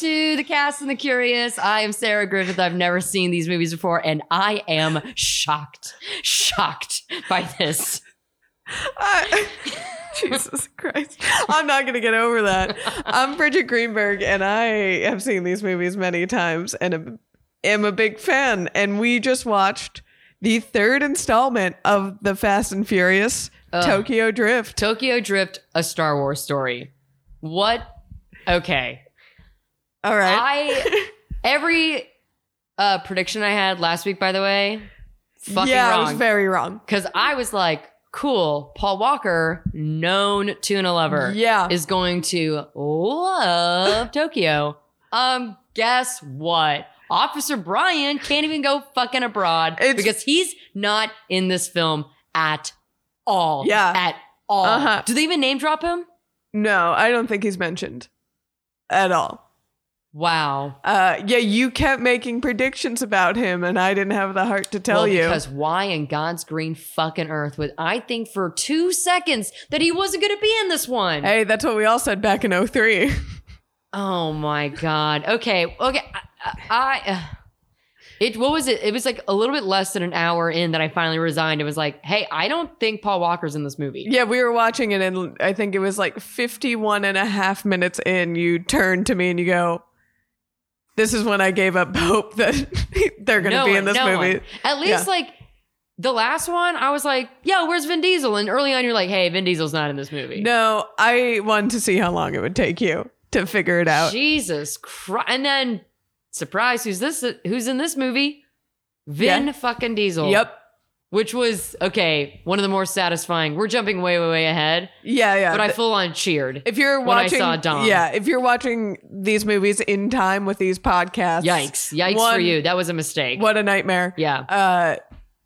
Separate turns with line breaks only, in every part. the Cast and the Curious. I am Sarah Griffith. I've never seen these movies before, and I am shocked, shocked by this.
I- Jesus Christ. I'm not going to get over that. I'm Bridget Greenberg, and I have seen these movies many times and am- am a big fan. And we just watched the third installment of the Fast and Furious Tokyo Drift.
Tokyo Drift, a Star Wars story. What? Okay.
All right.
I every uh, prediction I had last week, by the way, fucking
yeah, I was
wrong.
very wrong.
Because I was like, cool, Paul Walker, known tuna lover,
Yeah.
is going to love Tokyo. Um, guess what? Officer Brian can't even go fucking abroad
It's-
because he's not in this film at all.
Yeah.
At all.
Uh-huh.
Do they even name drop him?
No, I don't think he's mentioned at all.
Wow.
Uh, yeah, you kept making predictions about him, and I didn't have the heart to tell
well,
you.
Because why in God's green fucking earth would I think for two seconds that he wasn't going to be in this one?
Hey, that's what we all said back in 03.
Oh my god. Okay. Okay. I. I I- it what was it? It was like a little bit less than an hour in that I finally resigned. It was like, hey, I don't think Paul Walker's in this movie.
Yeah, we were watching it, and I think it was like 51 and a half minutes in. You turn to me and you go, This is when I gave up hope that they're going to
No
be
one,
in this
no
movie.
one. At least
Yeah.
like the last one, I was like, yo, where's Vin Diesel? And early on, you're like, hey, Vin Diesel's not in this movie.
No, I wanted to see how long it would take you to figure it out.
Jesus Christ. And then surprise, who's this? Who's in this movie? Vin
Yeah.
fucking Diesel.
Yep.
Which was okay. One of the more satisfying. We're jumping way, way, way ahead,
Yeah, yeah.
but I
Th-
full on cheered.
if you're
when I
watching,
saw Dom.
yeah, if you're watching these movies in time with these podcasts,
Yikes. Yikes for
One-
you. That was a mistake.
What a nightmare.
Yeah.
Uh,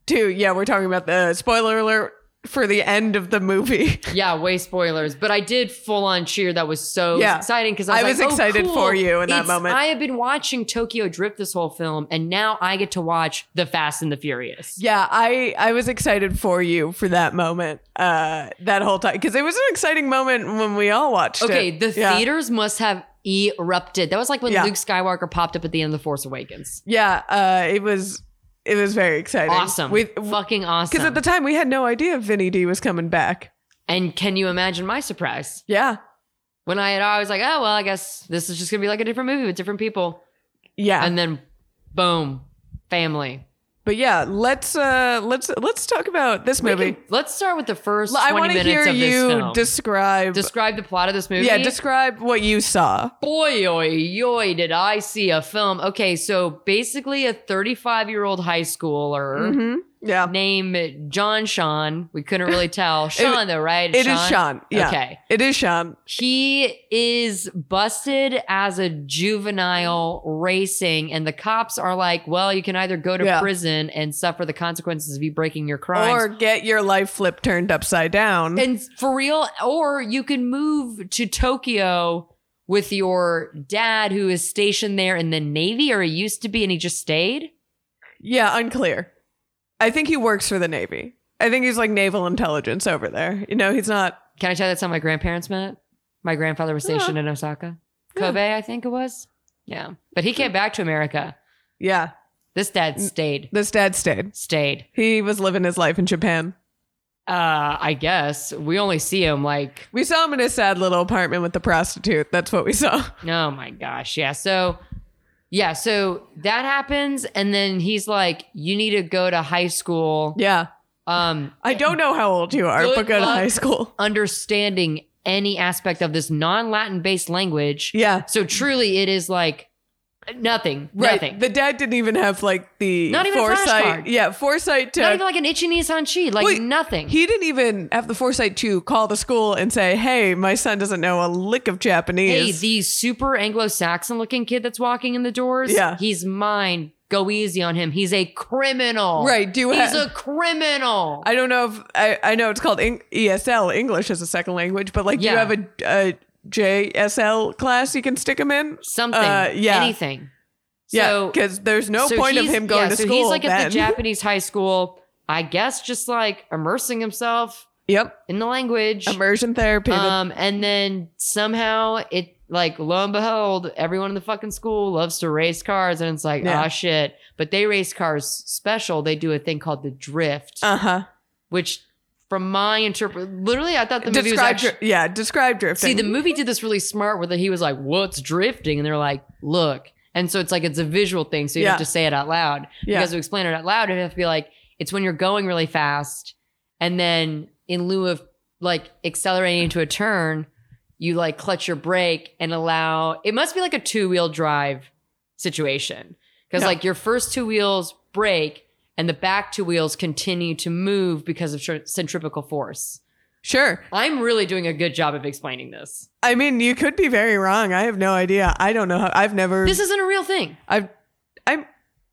two, yeah, we're talking about the spoiler alert for the end of the movie.
Yeah, way spoilers. But I did full on cheer. That was so
Yeah.
exciting because I was,
I was
like, "Oh,
excited
cool.
for you in that
It's-
moment."
I have been watching Tokyo Drift this whole film, and now I get to watch The Fast and the Furious.
Yeah, I I was excited for you for that moment, uh, that whole time because it was an exciting moment when we all watched.
Okay,
it.
the
yeah.
theaters must have erupted. That was like when
Yeah.
Luke Skywalker popped up at the end of The Force Awakens.
Yeah, uh, it was it was very exciting.
Awesome.
We
Fucking awesome.
because at the time we had no idea Vinny D was coming back.
and can you imagine my surprise?
Yeah,
When I had I was like, oh, well, I guess this is just going to be like a different movie with different people.
yeah,
And then boom, family.
but yeah, let's uh, let's let's talk about this
We
movie.
can- let's start with the first
L- I
20
want to
minutes
hear
of this
you
film.
describe.
describe the plot of this movie.
yeah, describe what you saw.
Boy, oy, oy, did I see a film. Okay, so basically a 35 year old high schooler
hmm Yeah,
named John Sean. We couldn't really tell. Sean, though, right?
it is Sean. Yeah,
Okay.
it is Sean.
He is busted as a juvenile racing, and the cops are like, well, you can either go to
Yeah.
prison and suffer the consequences of you breaking your crimes,
Or get your life flip turned upside down.
and for real or you can move to tokyo with your dad who is stationed there in the navy or he used to be and he just stayed
Yeah, unclear. I think he works for the Navy. I think he's like naval intelligence over there. You know, he's not.
can i tell you that's how my grandparents met my grandfather was stationed in osaka kobe i think it was yeah but he came back to america
Yeah,
this
Mm.
dad stayed
this dad stayed.
stayed
He was living his life in Japan.
uh i guess we only see him like
We saw him in his sad little apartment with the prostitute. That's what we saw.
Oh my gosh. Yeah. So, yeah. So that happens. And then he's like, you need to go to high school.
Yeah.
Um,
I don't know how old you are,
Good
but go to
luck.
high school.
understanding any aspect of this non Latin based language.
Yeah.
So truly, it is like nothing.
Right.
Nothing.
The dad didn't even have like the
Not even a
foresight.
flashcard.
Yeah, foresight to.
Not even like an itchy knee sanchi. Like
Wait,
nothing.
he didn't even have the foresight to call the school and say, "Hey, my son doesn't know a lick of
hey,
Japanese."
the super Anglo Saxon looking kid that's walking in the doors.
Yeah.
He's mine. Go easy on him. He's a criminal.
right? Do
He's
ha-
a criminal.
I don't know if I, I know it's called Eng- ESL English as a second language, but like you
Yeah.
have a, a JSL class you can stick him in.
Something.
Uh, yeah.
Anything.
yeah,
So-
because there's no
So
point of
he's-
him going
yeah,
to
so
school.
He's like
then.
at the Japanese high school, I guess, just like immersing himself
yep,
in the language. uh,
immersion therapy.
Um, and then somehow it like lo and behold, everyone in the fucking school loves to race cars, and it's like,
Yeah.
ah, shit. But they race cars special. They do a thing called the drift,
Uh huh.
which, from my interpret, literally, I thought the movie was
Describe,
actually.
dri- yeah, describe drifting.
See, the movie did this really smart where he was like, "What's drifting?" and they're like, "Look." And so it's like it's a visual thing, so you
Yeah.
have to say it out loud.
yeah.
Because to explain it out loud, it would have to be like it's when you're going really fast, and then in lieu of like accelerating into a turn, you like clutch your brake and allow. It must be like a two wheel drive situation because
Yeah.
like your first two wheels brake and the back two wheels continue to move because of tr- centripetal force.
sure.
I'm really doing a good job of explaining this.
I mean, you could be very wrong. I have no idea. I don't know how. I've never.
This isn't a real thing.
I've. I'm.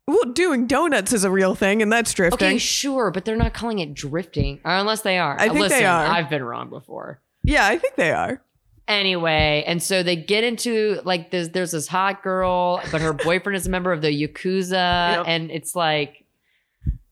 Well, doing donuts is a real thing, and that's drifting.
Okay, sure, but they're not calling it drifting, or unless they are.
I think they
Listen,
are.
I've been wrong before.
Yeah, I think they are.
Anyway, and so they get into like there's there's this hot girl, but her boyfriend is a member of the Yakuza,
Yep.
and it's like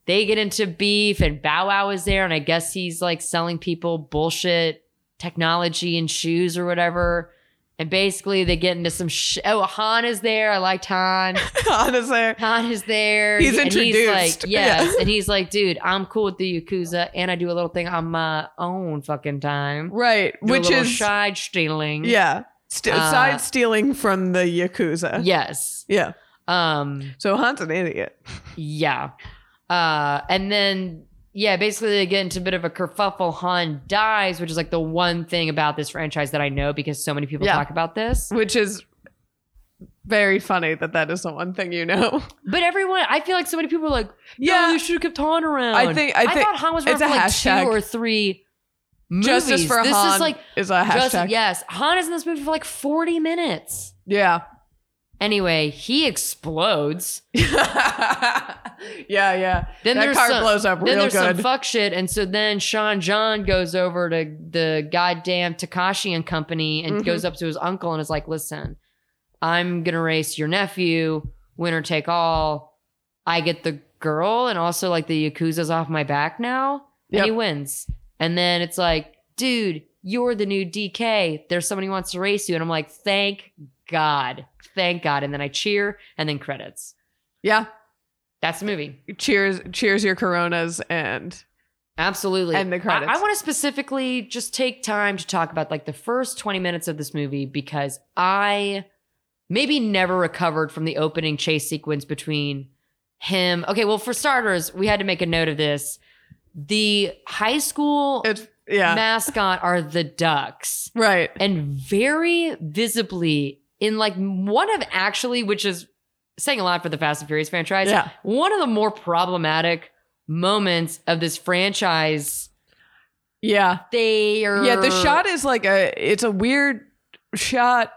they get into beef and Bow Wow is there, and I guess he's like selling people bullshit technology and shoes or whatever. And basically they get into some sh- oh Han is there. I liked Han.
Honestly,
Han is there.
He's
and
introduced.
like, yes.
Yeah.
And he's like, dude, I'm cool with the Yakuza and I do a little thing on my own fucking time.
right?
Do
Which
a little
is
side stealing.
yeah, St-
Uh,
side stealing from the yakuza.
Yes.
Yeah.
Um,
So Han's an idiot.
yeah. Uh, and then yeah, basically they get into a bit of a kerfuffle. Han dies, which is like the one thing about this franchise that I know because so many people
Yeah.
talk about this.
Which is very funny that that is the one thing you know.
But everyone, I feel like so many people are like, yeah,
Yeah.
you should have kept Han around.
I think- I think
thought Han was around
it's a
for like
hashtag.
two or three. Movies.
Justice for
this
Han
is like
is a hashtag.
Just- yes, Han is in this movie for like 40 minutes.
yeah.
Anyway, he explodes.
yeah, yeah.
Then
that
there's
car
some,
blows up
then
real
there's some
good.
fuck shit, and so then Sean John goes over to the goddamn Takashi and company and
Mhm.
goes up to his uncle and is like, "Listen, I'm gonna race your nephew, winner take all. I get the girl, and also like the yakuza's off my back now."
Yep.
And he wins, and then it's like, "Dude, you're the new DK. There's someone who wants to race you," and I'm like, "Thank God, thank God!" And then I cheer, and then credits.
yeah.
That's the movie.
Cheers cheers your coronas and
Absolutely.
And the credits.
I, want to specifically just take time to talk about like the first 20 minutes of this movie because I maybe never recovered from the opening chase sequence between him. Okay, well, for starters, we had to make a note of this. The high school
it's yeah.
mascot are the ducks.
right.
And very visibly, in like one of actually, which is saying a lot for the Fast and Furious franchise,
Yeah.
one of the more problematic moments of this franchise.
Yeah.
They are
Yeah, the shot is like a it's a weird shot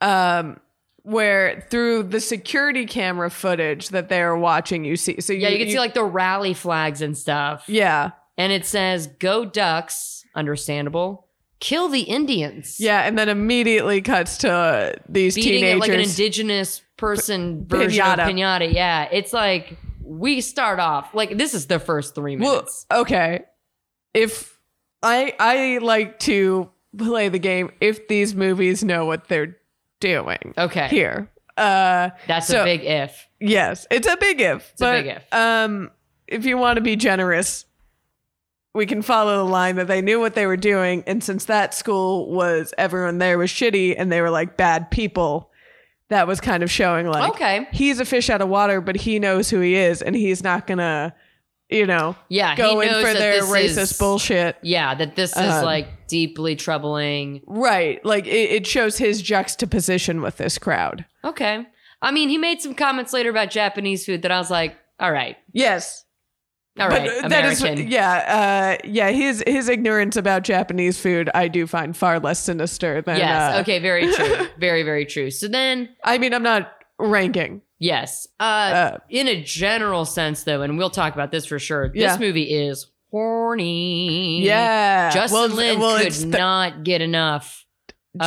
um where through the security camera footage that they are watching you see so
yeah, you can see like the rally flags and stuff.
Yeah.
and it says "Go Ducks," understandable. Kill the Indians.
Yeah, and then immediately cuts to uh, these
beating it
teenagers.
like an indigenous person version of pinata. Yeah, it's like we start off like this is the first three
Well,
minutes.
okay. If I I like to play the game if these movies know what they're doing
okay,
here. Uh
that's
so-
a big if.
yes, it's a big if.
It's a
but,
big if.
Um if you want to be generous, we can follow the line that they knew what they were doing and since that school was everyone there was shitty and they were like bad people, that was kind of showing like
okay,
he's a fish out of water, but he knows who he is and he's not going to you know
yeah, he
go in
knows
for
that
their
this
racist
is-
bullshit.
Yeah, that this is
Um,
like deeply troubling.
Right. Like it, it shows his juxtaposition with this crowd.
Okay, I mean, he made some comments later about Japanese food that I was like, all right,
Yes.
all right, American.
yeah, uh, yeah, his his ignorance about Japanese food I do find far less sinister than
yes.
uh,
okay. Very true. very, very true. So then,
I mean I'm not ranking.
yes. Uh,
Uh,
in a general sense, though, and we'll talk about this for sure. This
Yeah.
movie is horny.
yeah.
Justin
well,
Lin
well,
could
it's the
not get enough. of-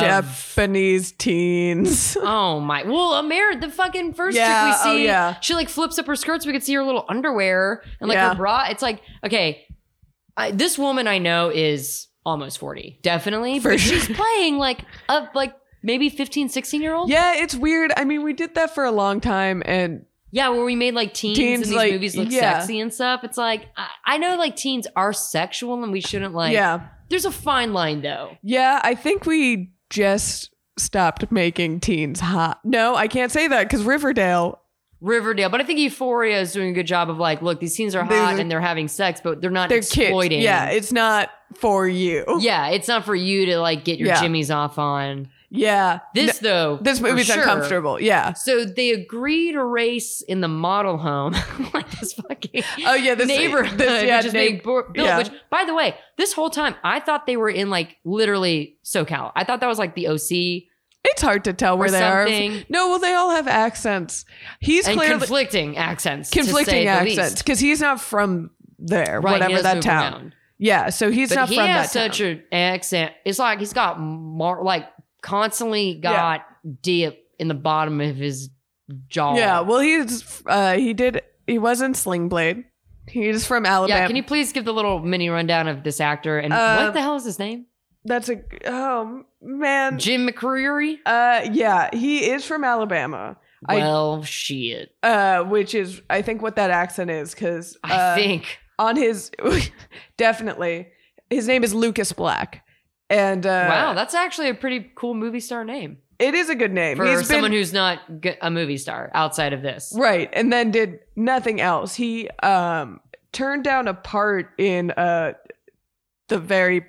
Japanese teens.
oh my! Well, Amer, the fucking first
Yeah,
chick we
oh,
see,
yeah.
she like flips up her skirts. We could see her little underwear and like
Yeah.
her bra. It's like okay, I, this woman I know is almost forty, definitely,
For
but
sure.
she's playing like a like maybe 15, 16 year old.
Yeah, it's weird. I mean, we did that for a long time, and
Yeah, where we made like teens, and
Teens,
these
like,
movies look
yeah.
sexy and stuff. It's like I, I know like teens are sexual and we shouldn't like.
yeah,
There's a fine line though.
yeah. I think we just stopped making teens hot. No, I can't say that because Riverdale.
Riverdale, but I think Euphoria is doing a good job of like, look, these teens are
They're
hot
like-
and they're having sex, but they're not
They're
exploiting.
kids. Yeah, it's not for you.
yeah. It's not for you to like get your
Yeah.
jimmies off on.
Yeah.
This though,
this
for
movie's
sure.
uncomfortable. Yeah.
So they agree to race in the model home, like this fucking
Oh yeah, this
neighborhood,
This, yeah,
which is
neigh-
being bor- built.
yeah.
Which, by the way, this whole time I thought they were in like literally SoCal. I thought that was like the OC
it's hard to tell where
or
they are.
something,
No, well, they all have accents. He's
and
clearly
conflicting accents, to say
conflicting
the
accents
least.
because he's not from there,
Right, he
whatever
does
that
move
town.
around.
Yeah, so he's
but
not
he
from
has
that
such
town.
an accent. It's like he's got mar- like constantly got dip in the bottom of his jaw.
yeah, well, he's uh, he did he was in Sling Blade. He's from Alabama.
Yeah, can you please give the little mini rundown of this actor and
Uh,
what the hell is his name?
That's a oh man.
Jim McCreary?
Uh, yeah, he is from Alabama. I-
well, shit.
Uh, which is I think what that accent is uh, because
I think.
on his definitely his name is Lucas Black, and uh,
wow, that's actually a pretty cool movie star name
it is a good name.
for
He's
someone
been
who's not g- a movie star outside of this.
right, and then did nothing else. He um turned down a part in uh the very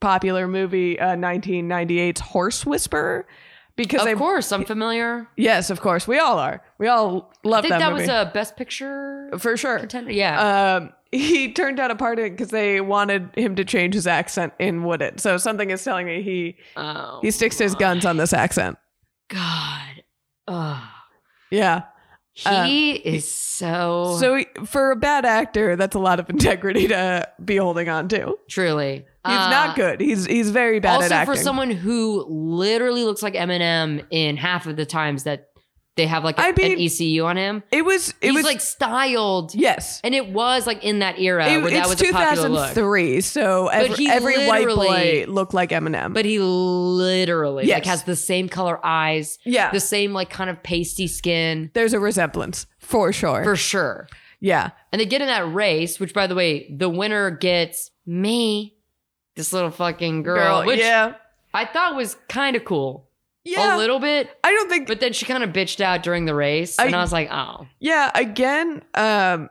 popular movie uh, 1998's Horse Whisperer because
Of
I
course, I'm familiar.
yes, of course we all are. We all
I
love
think that,
movie
was a Best Picture
for sure.
contender. Yeah.
um, he turned down a part of it because they wanted him to change his accent in Wooden. So something is telling me he
oh,
he sticks to his
my
guns on this accent.
God. Ugh.
Yeah. Uh,
He is so,
So he- for a bad actor, that's a lot of integrity to be holding on to. He's
truly. He's
not good. He's he's very
Ah.
bad at
also
acting.
for someone who literally looks like Eminem in half of the times that they have like a-
I mean,
an ECU on him.
it was it
He's
was
like styled,
yes.
and it was like in that era
It-
where that was
it's
a popular look.
2003, so every,
he
every white
literally-
boy looked like Eminem.
But he literally like
Yes.
has the same color eyes,
yeah,
the same like kind of pasty skin
there's a resemblance for sure.
for sure.
yeah,
And they get in that race, which by the way, the winner gets me, this little fucking girl, which
yeah,
I thought was kind of cool,
yeah.
a little bit.
I don't think
But then she kind of bitched out during the race, and
I-
I was like, oh,
Yeah, again, um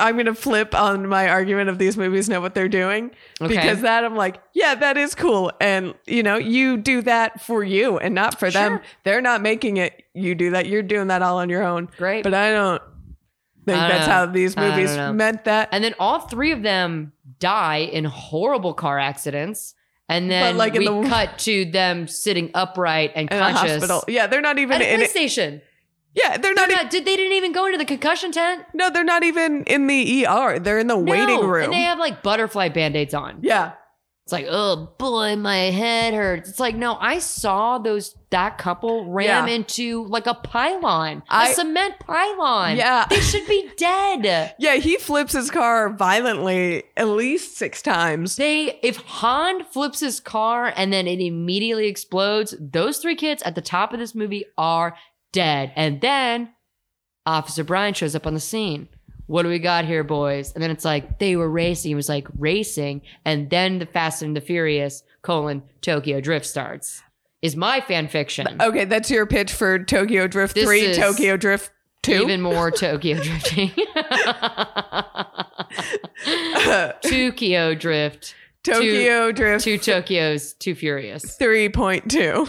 I'm gonna flip on my argument of these movies know what they're doing.
okay,
Because that I'm like, yeah, that is cool. And you know, you do that for you and not for them.
Sure.
They're not making it. You do that. You're doing that all on your own.
great.
But uh, I don't think
I don't
that's
know.
how these
I don't
movies
know.
meant that.
and then all three of them die in horrible car accidents. And then
But, like, in
we
the-
cut to them sitting upright and
In a
conscious
hospital. Yeah, they're not even
at a
in
police
it.
station.
Yeah, they're
They're
not,
not- did, they didn't even go into the concussion tent.
e- no, they're not even in the ER. They're in the waiting
No.
room.
And they have like butterfly band-aids on.
yeah.
It's like, oh boy, my head hurts. It's like, no, I saw those that couple ram
Yeah.
into like a pylon, a
I-
cement pylon.
Yeah.
They should be dead.
Yeah, he flips his car violently at least six times.
They if Han flips his car and then it immediately explodes, those three kids at the top of this movie are dead. And then Officer Brian shows up on the scene. What do we got here, boys? And then it's like they were racing. It was like racing, and then the Fast and the Furious colon Tokyo Drift starts. Is my fan fiction
Okay, that's your pitch for Tokyo Drift
This
3,
is
Tokyo Drift 2.
even more Tokyo drifting? Tokyo Drift
Tokyo Drift
two Tokyos, two furious.
3.2.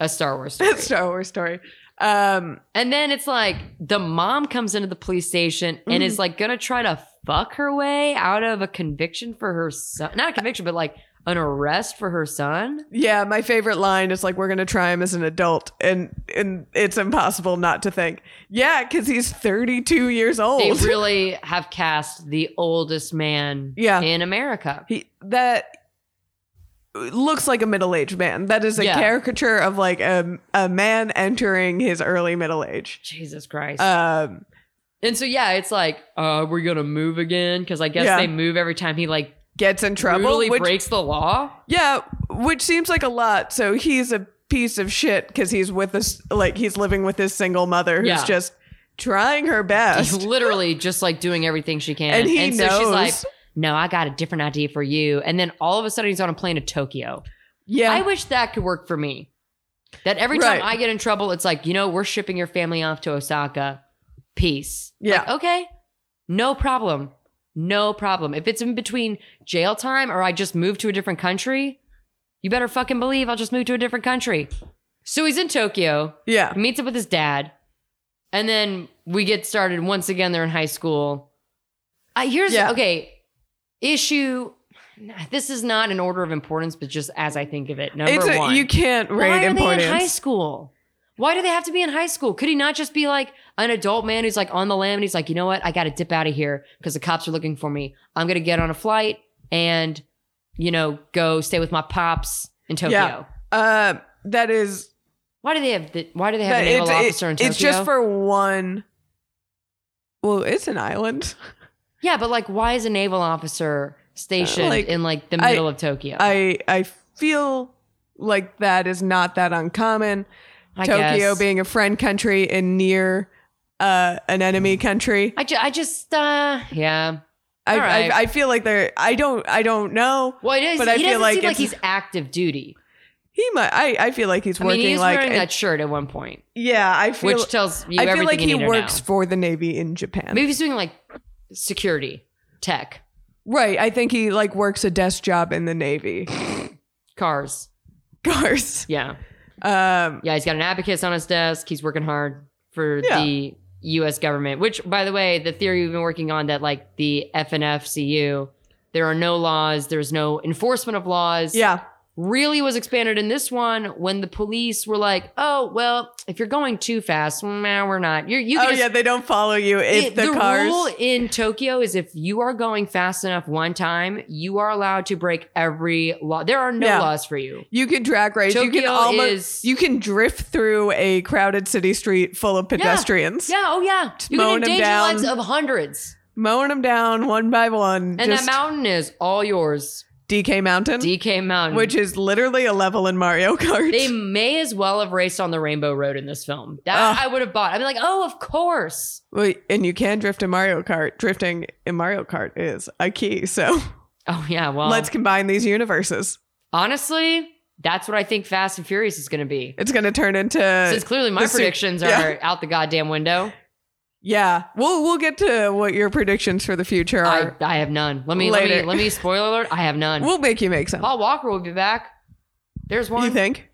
A Star Wars story.
That's Star Wars story. Um,
And then it's like the mom comes into the police station and
Mm-hmm.
is like gonna try to fuck her way out of a conviction for her son. Not a conviction, but like an arrest for her son.
yeah, my favorite line is like we're going to try him as an adult and and it's impossible not to think. Yeah, cuz he's 32 years
They
old.
really have cast the oldest man
Yeah.
in America.
he that looks like a middle-aged man. That is a
Yeah.
caricature of like a a man entering his early middle age.
Jesus Christ.
Um
and so yeah, it's like, uh, we're gonna move again. Cause I guess
Yeah.
they move every time he like
gets in trouble
brutally
which
breaks the law.
Yeah, which seems like a lot. So he's a piece of shit because he's with this, like he's living with his single mother who's
Yeah.
just trying her best.
literally just like doing everything she can.
And he
so she's
knows.
like, no, I got a different idea for you. And then all of a sudden he's on a plane to Tokyo.
Yeah.
I wish that could work for me. That every
Right.
time I get in trouble, it's like, you know, we're shipping your family off to Osaka. Peace.
Yeah.
Like, okay. No problem. No problem. If it's in between jail time or I just move to a different country, you better fucking believe I'll just move to a different country. So he's in Tokyo,
yeah.
meets up with his dad, and then we get started once again. They're in high school. Uh, here's
Yeah.
okay issue. This is not an order of importance, but just as I think of it, number
it's a,
one.
you can't rate
Why are
importance.
they in high school? Why do they have to be in high school? Could he not just be like an adult man who's like on the lam and he's like, you know what? I got to dip out of here because the cops are looking for me. I'm going to get on a flight and, you know, go stay with my pops in Tokyo.
Yeah. Uh, that is
Why do they have the, why do they have
that
a naval
it- it-
officer in Tokyo?
it's just for one. Well, it's an island.
yeah, but like why is a naval officer stationed
Uh, like,
in like the
I-
middle of Tokyo?
I I feel like that is not that uncommon.
I
Tokyo
guess.
being a friend country and near uh, an enemy country.
I, ju- I just uh yeah.
I,
All right.
I I feel like they're. I don't. I don't know.
Well, it is.
But
he
I
doesn't
feel like
seem like
it's-
he's active duty.
He might. I I feel like he's
I
working
mean, he's
like.
wearing
a-
that shirt at one point,
yeah, I feel.
which tells you
I feel
everything
like
you
he
need to
works
know.
for the navy in Japan.
Maybe he's doing like security tech
Right. I think he like works a desk job in the navy.
cars.
Cars.
Yeah,
Um.
yeah. He's got an abacus on his desk. He's working hard for
Yeah.
the U.S. government. Which, by the way, the theory we've been working on that like the FNFCU, there are no laws. There's no enforcement of laws.
Yeah.
really was expanded in this one when the police were like, "Oh, well, if you're going too fast, nah, we're not. You're, you can
oh
just
yeah, they don't follow you if
It-
the, cars.
rule in Tokyo is if you are going fast enough one time, you are allowed to break every law. There are no
Yeah.
laws for you.
you can drag race. you can
Tokyo
almost.
is-
you can drift through a crowded city street full of pedestrians,
Yeah, oh yeah. You can
mowing 'em
endanger
down.
lives of hundreds.
mowing them down one by one.
And
just
that mountain is all yours.
DK Mountain,
DK Mountain.
which is literally a level in Mario Kart.
they may as well have raced on the Rainbow Road in this film. That
Ugh.
I would have bought. I'd be like, oh, of course.
Well, and you can drift in Mario Kart. Drifting in Mario Kart is a key. So
Oh yeah, well
let's combine these universes.
honestly, that's what I think Fast and Furious is gonna be.
It's going to turn into
Since clearly my
the suit-
predictions
Uh, yeah.
are out the goddamn window.
Yeah, we'll we'll get to what your predictions for the future
I,
are.
I have none. Let me, let
Later.
me let me spoiler alert. I have none.
we'll make you make some.
Paul Walker will be back. There's
You
one.
think?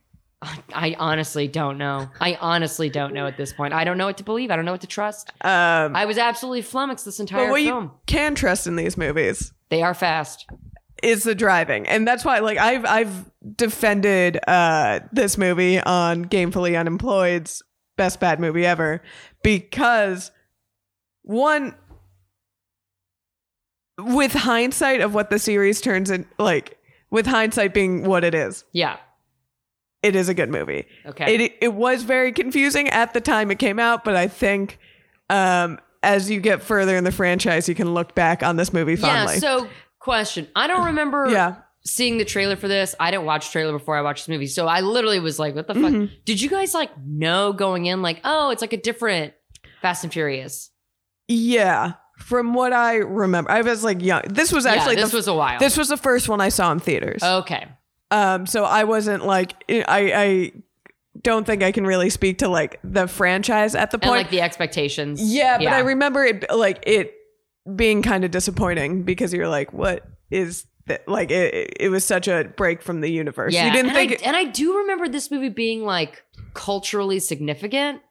I honestly don't know. I honestly don't know at this point. I don't know what to believe. I don't know what to trust.
Um,
I was absolutely flummoxed this entire
but what
film.
you can trust in these movies
they are fast.
is the driving, and that's why like I've I've defended uh this movie on Gamefully Unemployed's best bad movie ever because one with hindsight of what the series turns in like with hindsight being what it is
Yeah.
it is a good movie
Okay.
It it was very confusing at the time it came out, but I think um, as you get further in the franchise, you can look back on this movie
yeah.
fondly.
So question. I don't remember
Yeah.
seeing the trailer for this. I didn't watch trailer before I watched this movie. So I literally was like, what the
Mhm.
fuck? Did you guys like know going in like, oh, it's like a different Fast and Furious?
Yeah. From what I remember, I was like young. This was actually
yeah, this
the,
was Oh. a while.
this was the first one I saw in theaters.
okay.
Um, so I wasn't like eh, I I don't think I can really speak to like the franchise at the
And
point.
like the expectations.
yeah, but I remember it like it being kind of disappointing because you're like, what is that? Like it, it was such a break from the universe. You didn't
and
think
I,
it-
and I do remember this movie being like culturally significant.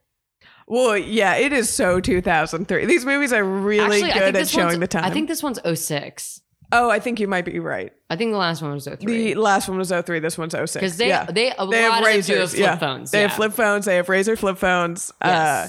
Well, yeah, it is so 2003. These movies are really
Actually, I think
good at
this one's-
showing the time.
I think this one's 06.
oh, I think you might be right.
I think the last one was 03.
The last one was 03, this one was 06.
Because they
yeah.
they a
They
lot of
have
them do have
razors,
flip
yeah.
phones.
They
yeah.
have flip phones, they have razor flip phones. Uh,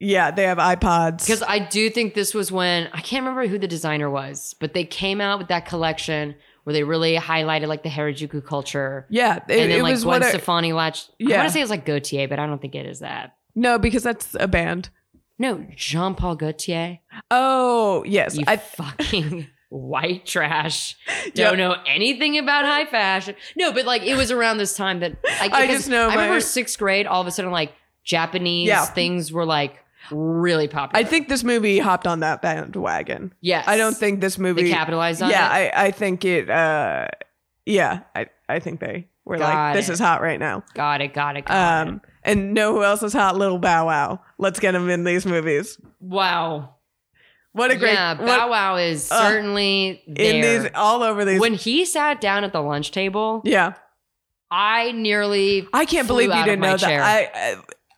yeah, they have iPods.
Because I do think this was when I can't remember who the designer was, but they came out with that collection where they really highlighted like the Harajuku culture.
yeah, it,
and then
it
like
was
Gwen
one of-
Stefani latched. I
Yeah.
want to say it's like Gautier, but I don't think it is that.
No, because that's a band.
No, Jean Paul Gaultier.
Oh, yes.
You
I
fucking white trash. Don't know anything about high fashion. No, but like it was around this time that like,
I
because
just know
I remember
my-
sixth grade. All of a sudden, like Japanese
Yeah.
things were like really popular.
I think this movie hopped on that bandwagon.
yes.
I don't think this
they
movie.
capitalized on
yeah,
it.
I, I think it. Uh, yeah, I, I think they were
Got
like, this
it.
is hot right now.
got it. Got it. Got it.
Um, and know who else is hot? Little Bow Wow. Let's get him in these movies.
Wow.
What a great.
yeah,
what-
Bow Wow is
uh,
certainly
in
there.
these, all over these.
when he sat down at the lunch table,
yeah,
I nearly
I can't
flew
believe
out
you
of
didn't
my
know
chair.
that. I, I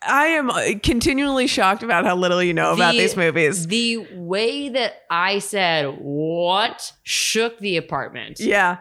I am uh, continually shocked about how little you know about
The-
these movies.
the way that I said what shook the apartment.
Yeah,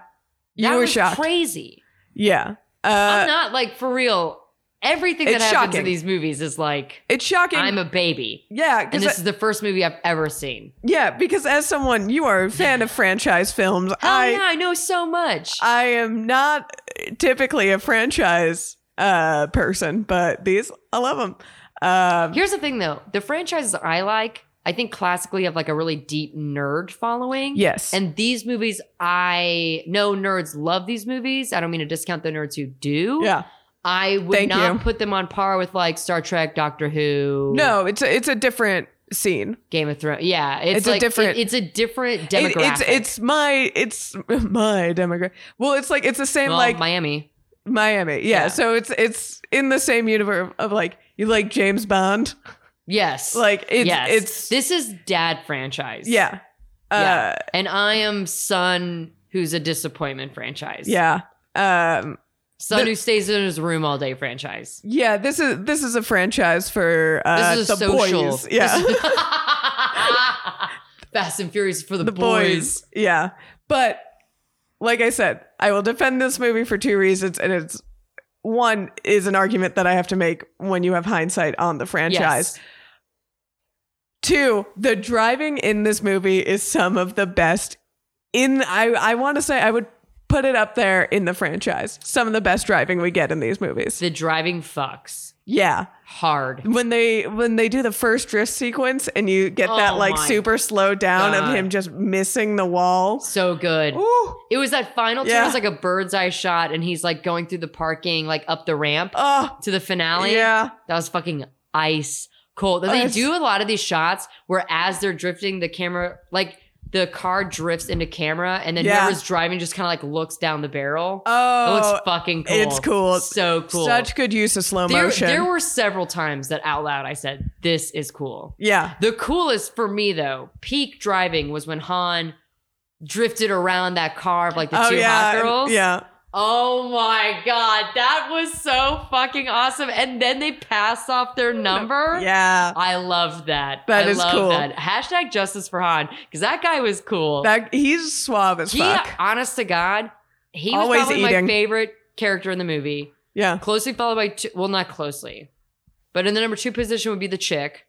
you
That
were
was
shocked.
Crazy.
yeah,
I'm
uh,
not like for real. Everything that
It's
happens in
shocking.
these movies is like
it's shocking.
I'm a baby,
yeah,
and
because
this is the first movie I've ever seen.
Yeah, because as someone you are a fan of franchise films,
Hell
I
yeah, I know so much.
I am not typically a franchise uh person, but these I love them. Um
Here's the thing, though: the franchises I like, I think classically have like a really deep nerd following.
yes. And
And these movies, I know nerds love these movies. I don't mean to discount the nerds who do.
yeah.
I would
Thank
not
you.
put them on par with like Star Trek, Doctor Who,
No, it's a, it's a different scene.
Game of Thrones. Yeah, it's,
It's a
like
different-
it- it's a different
It-
demographic.
it's it's my it's my demographic. Well, it's like it's the same
Well,
like
Miami.
Miami. Yeah,
Yeah.
So it's it's in the same universe of like you like James Bond.
Yes,
Like it's
yes.
it's
this is dad franchise.
yeah. Uh
Yeah. and I am son who's a disappointment franchise.
yeah. Um
son
The-
who stays in his room all day franchise.
Yeah, this is this is a franchise for uh,
This is
the
a social.
boys. Yeah,
This- Fast and Furious for the,
the boys. Yeah, but like I said, I will defend this movie for two reasons, and it's one is an argument that I have to make when you have hindsight on the franchise.
Yes.
Two, the driving in this movie is some of the best. In I I want to say I would put it up there in the franchise. Some of the best driving we get in these movies.
The driving fucks
Yeah.
hard.
when they when they do the first drift sequence and you get that
Oh
like
my
super slow down
God.
of him just missing the wall.
So good.
Ooh.
It was that final turn. It
Yeah.
was like a bird's eye shot, and he's like going through the parking, like up the ramp
Oh.
to the finale.
Yeah.
That was fucking ice cold. And they
Ice.
do a lot of these shots where as they're drifting, the camera, like the car drifts into camera, and then
Yeah.
whoever's driving just kind of like looks down the barrel. it
Oh.
looks fucking cool.
it's cool.
So cool.
Oh, Such good use of slow
there,
motion.
there were several times that out loud I said, This is cool.
yeah.
The coolest for me though, peak driving was when Han drifted around that car of like the
oh
two
yeah.
hot girls.
Yeah.
Oh my god, that was so fucking awesome. And then they pass off their number.
Yeah.
I love that.
That
I
is
love
cool.
that. Hashtag justice for Han, because that guy was cool.
That he's suave as
he,
fuck.
honest to God, he
Always
was probably
eating.
my favorite character in the movie.
Yeah.
Closely followed by two, well, not closely, but in the number two position would be the chick.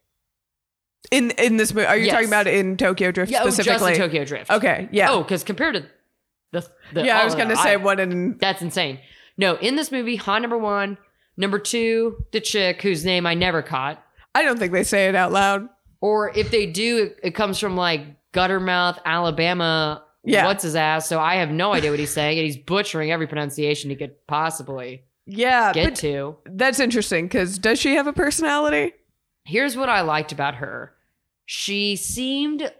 In in this movie, are you
Yes.
talking about in Tokyo Drift
Yeah, oh, just
specifically?
in Tokyo Drift.
Okay. Yeah.
Oh, because compared to the, the
yeah. I
all
was
of
gonna
them,
say
I-
what in.
that's insane. No, in this movie, Han number one, number two, the chick whose name I never caught,
I don't think they say it out loud.
or if they do, it, it comes from like Guttermouth, Alabama.
Yeah.
what's his ass? So I have no idea what he's saying, and he's butchering every pronunciation he could possibly
Yeah.
get
Uh, but
to.
that's interesting because does she have a personality?
here's what I liked about her. She seemed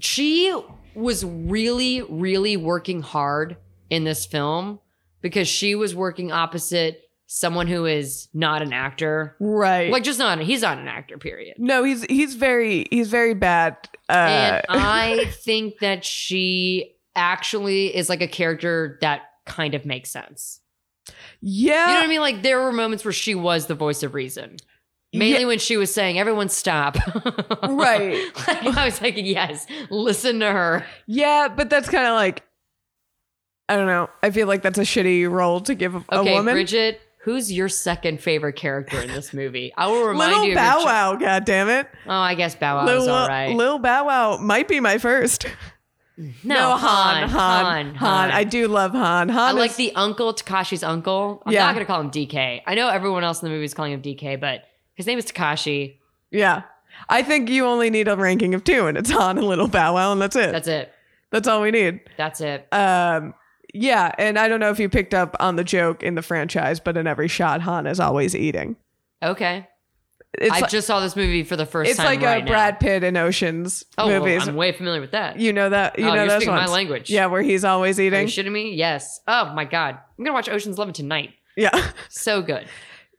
she was really really working hard in this film because she was working opposite someone who is not an actor.
Right.
Like just not he's not an actor period.
No, he's he's very he's very bad. Uh,
and um, I think that she actually is like a character that kind of makes sense. You know what
yeah,
I mean? Like there were moments where she was the voice of reason. Mainly when she was saying, everyone stop.
Right.
Like, I was like, yes, listen to her.
yeah, yeah, but that's kind of like I don't know. I feel like that's a shitty role to give a, a
Okay,
woman.
Bridget, who's your second favorite character in this movie? I will remind you.
Little
of your
Bow
ch-
Wow, god damn it.
oh, I guess Bow Wow is
Little,
all right.
Lil Bow Wow might be my first. Han, Han, I do love Han. Han
I
is,
like the uncle, Takashi's uncle. I'm
Yeah.
not going to call him DK. I know everyone else in the movie is calling him DK, but his name is Takashi.
yeah. I think you only need a ranking of two, and it's Han and Little Bow Wow, and that's it.
That's it.
That's all we need.
That's it.
Um, yeah, and I don't know if you picked up on the joke in the franchise, but in every shot, Han is always eating.
Okay.
It's
I
like,
just saw this movie for the first
it's
time.
like
right
a
now.
Brad Pitt in Oceans
Oh, well,
movies.
I'm way familiar with that.
you know that. You
oh,
know
you're
those
speaking
ones.
my language.
Yeah, where he's always
Are you
eating.
shitting me? Yes. Oh my god. I'm gonna watch Ocean's Eleven tonight.
Yeah.
So good.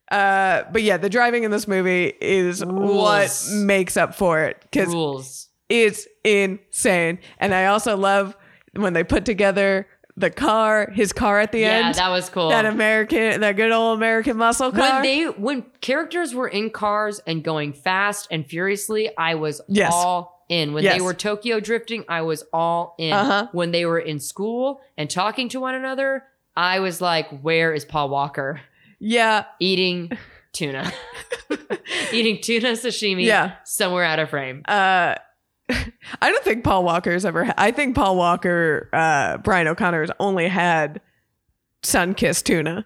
Uh, but yeah, the driving in this movie is
Rules.
what makes up for it because
Rules.
it's insane. And I also love when they put together the car, his car at the
Yeah,
end.
that was cool.
that American, that good old American muscle car.
when they when characters were in cars and going fast and furiously, I was
Yes.
all in. When
Yes.
they were Tokyo drifting, I was all in.
Uh-huh.
When they were in school and talking to one another, I was like, "Where is Paul Walker
yeah,
eating tuna? eating tuna sashimi?
Yeah.
somewhere out of frame."
uh, I don't think Paul Walker's ever. Ha- I think Paul Walker, uh, Brian O'Connor's only had sun-kissed tuna.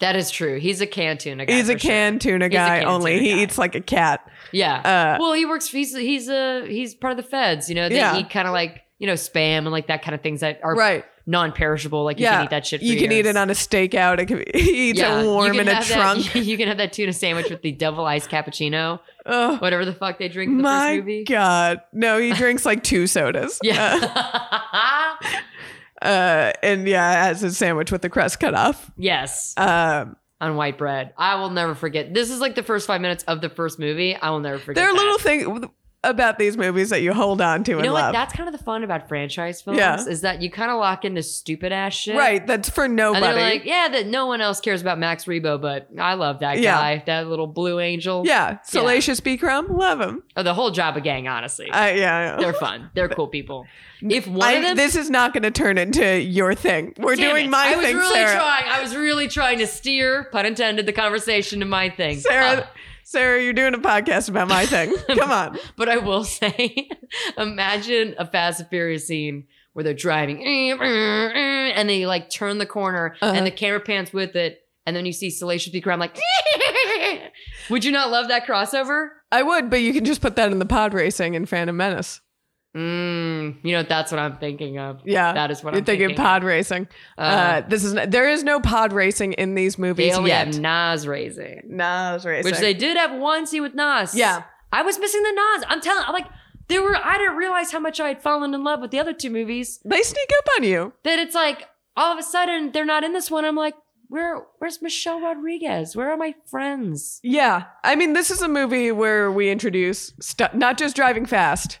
That is true. He's a canned tuna guy.
He's a
for sure.
canned tuna
He's a
guy
canned
only.
tuna
he
guy.
eats like a cat.
Yeah.
Uh,
well, he works. He's he's a he's part of the feds. You know, they
Yeah.
eat kind of like you know spam and like that kind of things that are
right.
non-perishable. Like you
Yeah.
can eat that shit. For
You can eat
years.
it on a stakeout. It can be, he eats it warm
You
in
can
a
have that-
trunk.
you can have that tuna sandwich with the devil ice cappuccino,
Ugh.
whatever the fuck they drink in the first
my
movie.
god no he drinks like two sodas
Yeah.
uh, uh, and yeah has his sandwich with the crust cut off
yes.
um
On white bread. I will never forget. This is like the first five minutes of the first movie. I will never forget.
there are
that.
little things about these movies that you hold on to
You
and
know what?
love
That's kind of the fun about franchise films
Yeah.
is that you kind of lock into stupid ass shit.
right that's for
And they're
nobody
like, yeah, that no one else cares about Max Rebo, but I love that
Yeah.
guy, that little blue angel.
yeah salacious b crumb love him
Or the whole Jabba gang, honestly.
I yeah I know.
they're fun. They're cool people. If one
I,
of them
this is not going to turn into your thing we're
Damn
doing
it.
my
I was
thing
really
sarah
trying. I was really trying to steer, pun intended, the conversation to my thing.
sarah
Uh,
sarah you're doing a podcast about my thing come on
but I will say, imagine a Fast and Furious scene where they're driving and they like turn the corner
Uh-huh.
and the camera pans with it, and then you see Salacious Beaker. I'm like, would you not love that crossover?
i would but you can just put that in the pod racing in phantom menace
Mm, you know, that's what I'm thinking of.
yeah
That is what
You're
I'm
thinking,
thinking.
pod racing. Uh,
Uh,
this is n- there is no pod racing in these
they
movies
only
yet.
have Nas raising,
Nas racing,
which they did have one scene with Nas.
yeah,
I was missing the Nas. I'm telling. I'm like, there were. I didn't realize how much I had fallen in love with the other two movies.
they sneak up on you.
That it's like all of a sudden they're not in this one. I'm like, where? Where's Michelle Rodriguez? Where are my friends?
Yeah, I mean this is a movie where we introduce stu- not just driving fast,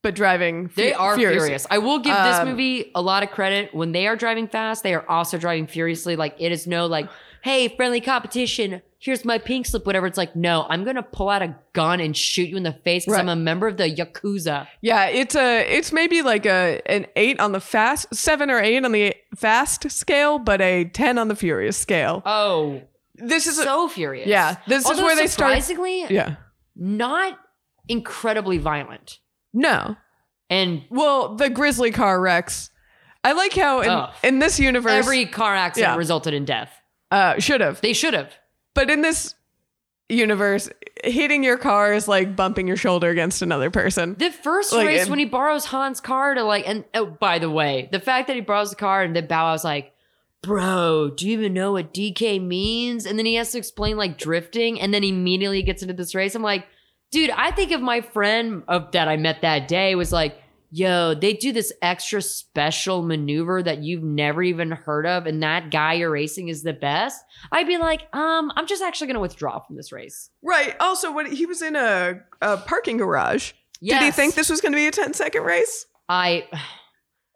but driving. fu-
They are
furious.
furious. I will give this
Um,
movie a lot of credit. When they are driving fast, they are also driving furiously. Like it is no like, hey, friendly competition. Here's my pink slip, whatever. It's like, no, I'm gonna pull out a gun and shoot you in the face because
Right.
I'm a member of the yakuza.
Yeah, it's a it's maybe like a an eight on the fast, seven or eight on the fast scale, but a ten on the furious scale.
Oh,
This is a,
so furious.
yeah, this
Although
is where they start.
surprisingly,
Yeah,
not incredibly violent.
no,
And
Well, the grizzly car wrecks. I like how in,
Oh.
in this universe
every car accident
Yeah.
resulted in death.
uh, should have,
They should have.
but in this universe, hitting your car is like bumping your shoulder against another person.
The first
Like,
race
it-
when he borrows Han's car to like, and oh, by the way, the fact that he borrows the car and then Bow Wow's like, bro, do you even know what DK means? And then he has to explain like drifting, and then immediately gets into this race. I'm like, dude, I think if my friend of that I met that day was like, yo, they do this extra special maneuver that you've never even heard of, and that guy you're racing is the best, I'd be like, um, I'm just actually gonna withdraw from this race.
Right. Also, what he was in a, a parking garage. Did he
Yes.
think this was going to be a 10 second race?
I,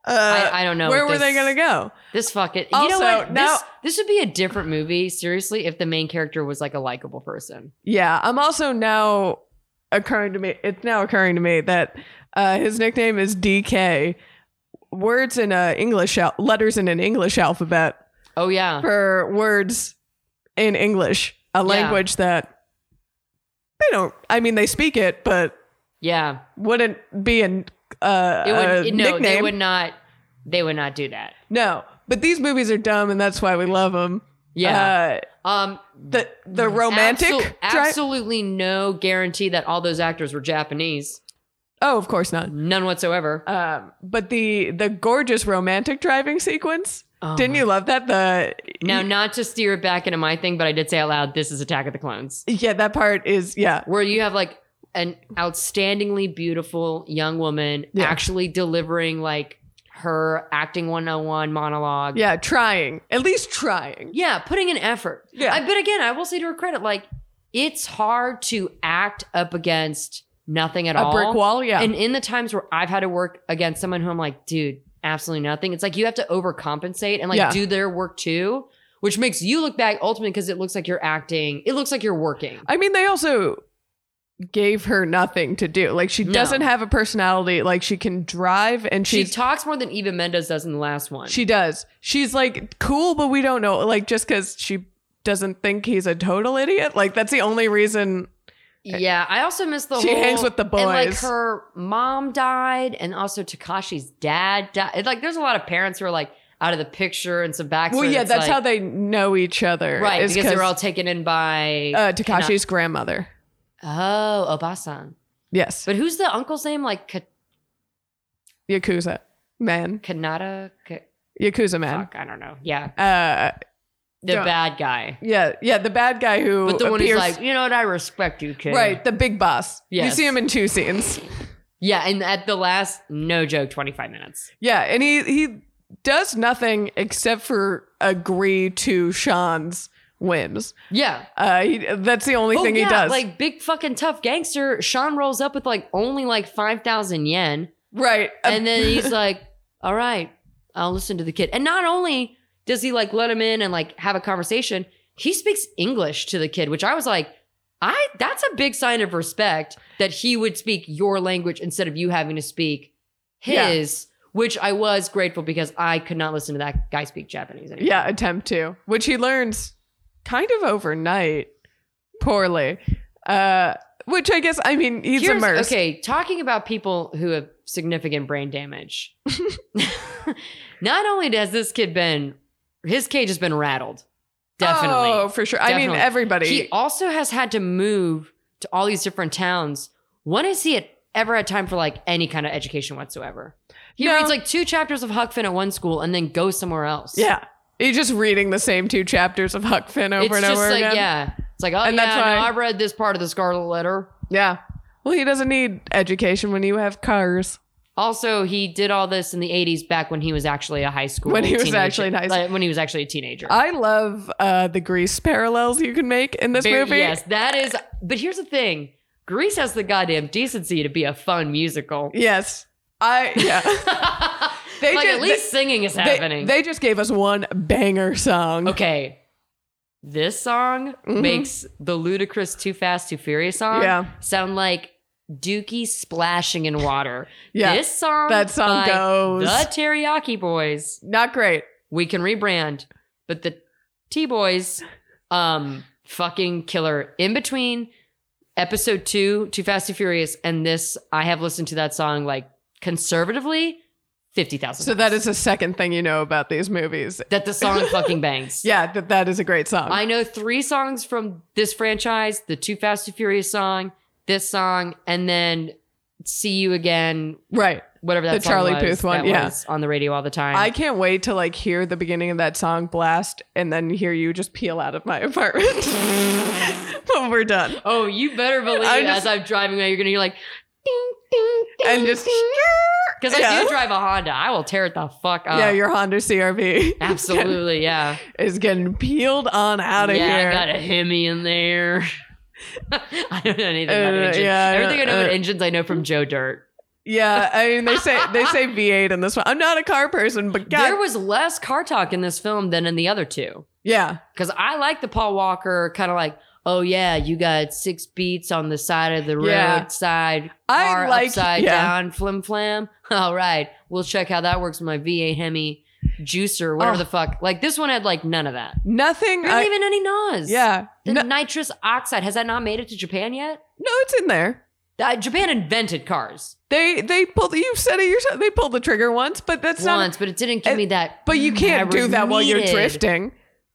Uh,
I I don't know.
where
what
were they
this-
going to go?
This fucking. you know
Also,
what?
now-
this, this would be a different movie, seriously, if the main character was like a likable person.
Yeah, I'm also now occurring to me. It's now occurring to me that uh, his nickname is DK. Words in a English al- letters in an English alphabet.
Oh yeah,
for words in English, a language that they don't. I mean, they speak it, but
yeah.
wouldn't be an uh,
It would.
a
no,
nickname.
they would not. They would not do that.
No, but these movies are dumb, and that's why we love them.
Yeah.
uh,
um.
the the romantic.
absol-
dri-
absolutely no guarantee that all those actors were Japanese.
Oh, of course not.
None whatsoever.
Um, but the the gorgeous romantic driving sequence.
Oh
Didn't
my-
you love that? The
Now, not to steer it back into my thing, but I did say out loud, this is Attack of the Clones,
yeah, that part is yeah.
where you have like an outstandingly beautiful young woman
Yeah.
actually delivering like her acting 101 monologue.
Yeah, trying. At least trying.
Yeah, putting in effort.
Yeah.
I, but again, I will say to her credit, like, it's hard to act up against nothing at
A
all.
brick wall, yeah.
And in the times where I've had to work against someone who I'm like, dude, absolutely nothing. It's like you have to overcompensate and like
Yeah.
do their work too, which makes you look bad ultimately because it looks like you're acting. It looks like you're working.
I mean, they also gave her nothing to do. Like she
No.
doesn't have a personality. Like she can drive and
She
she's
talks more than Eva Mendes does in the last one.
She does. She's like cool, but we don't know. Like just because she doesn't think he's a total idiot. Like that's the only reason.
yeah, I also miss the
Eh, She
whole.
hangs with the
And like
boys.
her mom died, and also Takashi's dad died. It's, Like there's a lot of parents who are like out of the picture and some backstory.
well, yeah, that's
like-
how they know each other,
Right,
is
because they're
'cause,
all taken in by
uh, Takashi's grandmother.
oh Obasan.
Yes,
But who's the uncle's name? Like Ka-
yakuza man,
Kanata. Ka-
yakuza man.
Fuck, I don't know. Yeah,
Uh,
the
Yeah.
bad guy,
yeah, yeah, the bad guy who
but the one who's
appears-
like, you know what? I respect you, kid.
right, the big boss. You
Yes.
see him in two scenes.
Yeah, and at the last, no joke, twenty five minutes.
Yeah, and he he does nothing except for agree to Sean's whims.
Yeah.
Uh, he, that's the only
Oh,
thing
yeah,
he does.
Like big fucking tough gangster. Sean rolls up with like only like five thousand yen,
Right. Um,
and then he's like, "All right, I'll listen to the kid." And not only does he like let him in and like have a conversation, he speaks English to the kid, which I was like, "I that's a big sign of respect that he would speak your language instead of you having to speak
Yeah.
his." Which I was grateful because I could not listen to that guy speak Japanese. Anymore.
yeah, attempt to, which he learns kind of overnight poorly. Uh, which I guess, I mean, he's
Here's-
immersed.
Okay, talking about people who have significant brain damage. Not only has this kid been, his cage has been rattled. Definitely.
Oh, for sure. I mean,
Definitely.
everybody.
he also has had to move to all these different towns. When has he had, ever had time for like any kind of education whatsoever? He
No.
reads like two chapters of Huck Finn at one school and then goes somewhere else.
yeah. He's just reading the same two chapters of Huck Finn over
it's
and
just
over
like
again.
yeah, it's like oh
And
yeah,
that's
no,
why-
I read this part of the Scarlet Letter.
Yeah. Well, he doesn't need education when you have cars.
Also, he did all this in the '80s, back when he was actually a high school.
When he was
teenager-
actually in high school.
like, when he was actually a teenager.
I love uh, the grease parallels you can make in this
Very-
movie.
Yes, that is. But here's the thing: Grease has the goddamn decency to be a fun musical.
Yes. I, yeah. They
like
did-
at least singing is
they,
happening.
they just gave us one banger song.
okay, this song
Mhm.
makes the ludicrous "Too Fast, Too Furious" song
Yeah.
sound like Dookie splashing in water.
Yeah.
this song
that song
by
goes.
the Teriyaki Boys.
Not great.
we can rebrand, but the T Boys, um, fucking killer. In between episode two, Too Fast Too Furious, and this, I have listened to that song like conservatively fifty thousand.
So that is the second thing you know about these movies.
that the song fucking bangs.
Yeah, that that is a great song.
I know three songs from this franchise: the Too Fast Too Furious song, this song, and then "See You Again."
right.
Whatever that
The Charlie
song was,
Puth one,
that
yeah.
was on the radio all the time.
I can't wait to like hear the beginning of that song blast and then hear you just peel out of my apartment when we're done.
Oh, you better believe
I'm
as
just-
I'm driving away, you're gonna hear like ding ding ding.
And just
because I
yeah.
do drive a Honda, I will tear it the fuck up.
Yeah, your Honda CRV
Oh. absolutely yeah.
is getting peeled on out of
yeah,
here.
I got a Hemi in there. I don't know anything about
Uh,
engines.
yeah, I
Everything I know
don't-
about
uh,
engines, I know from Joe Dirt.
Yeah, I mean they say they say V8 in this one. I'm not a car person, but God,
There was less car talk in this film than in the other two.
yeah,
Because I like the Paul Walker kind of like, oh yeah, you got six beats on the side of the road,
Yeah.
side
I
car
like-
upside
yeah.
down, flim flam. All right, we'll check how that works with my VA Hemi juicer, whatever
Oh.
the fuck. Like this one had like none of that.
nothing.
There
I,
not even any NAS.
yeah,
the
no,
nitrous oxide has that not made it to Japan yet?
no, it's in there.
Uh, Japan invented cars
They they pulled. You said it yourself. They pulled the trigger once, but that's not.
once, but it didn't give
it-
me that.
But you
"Mm,
can't
I
do that while you're
needed."
drifting.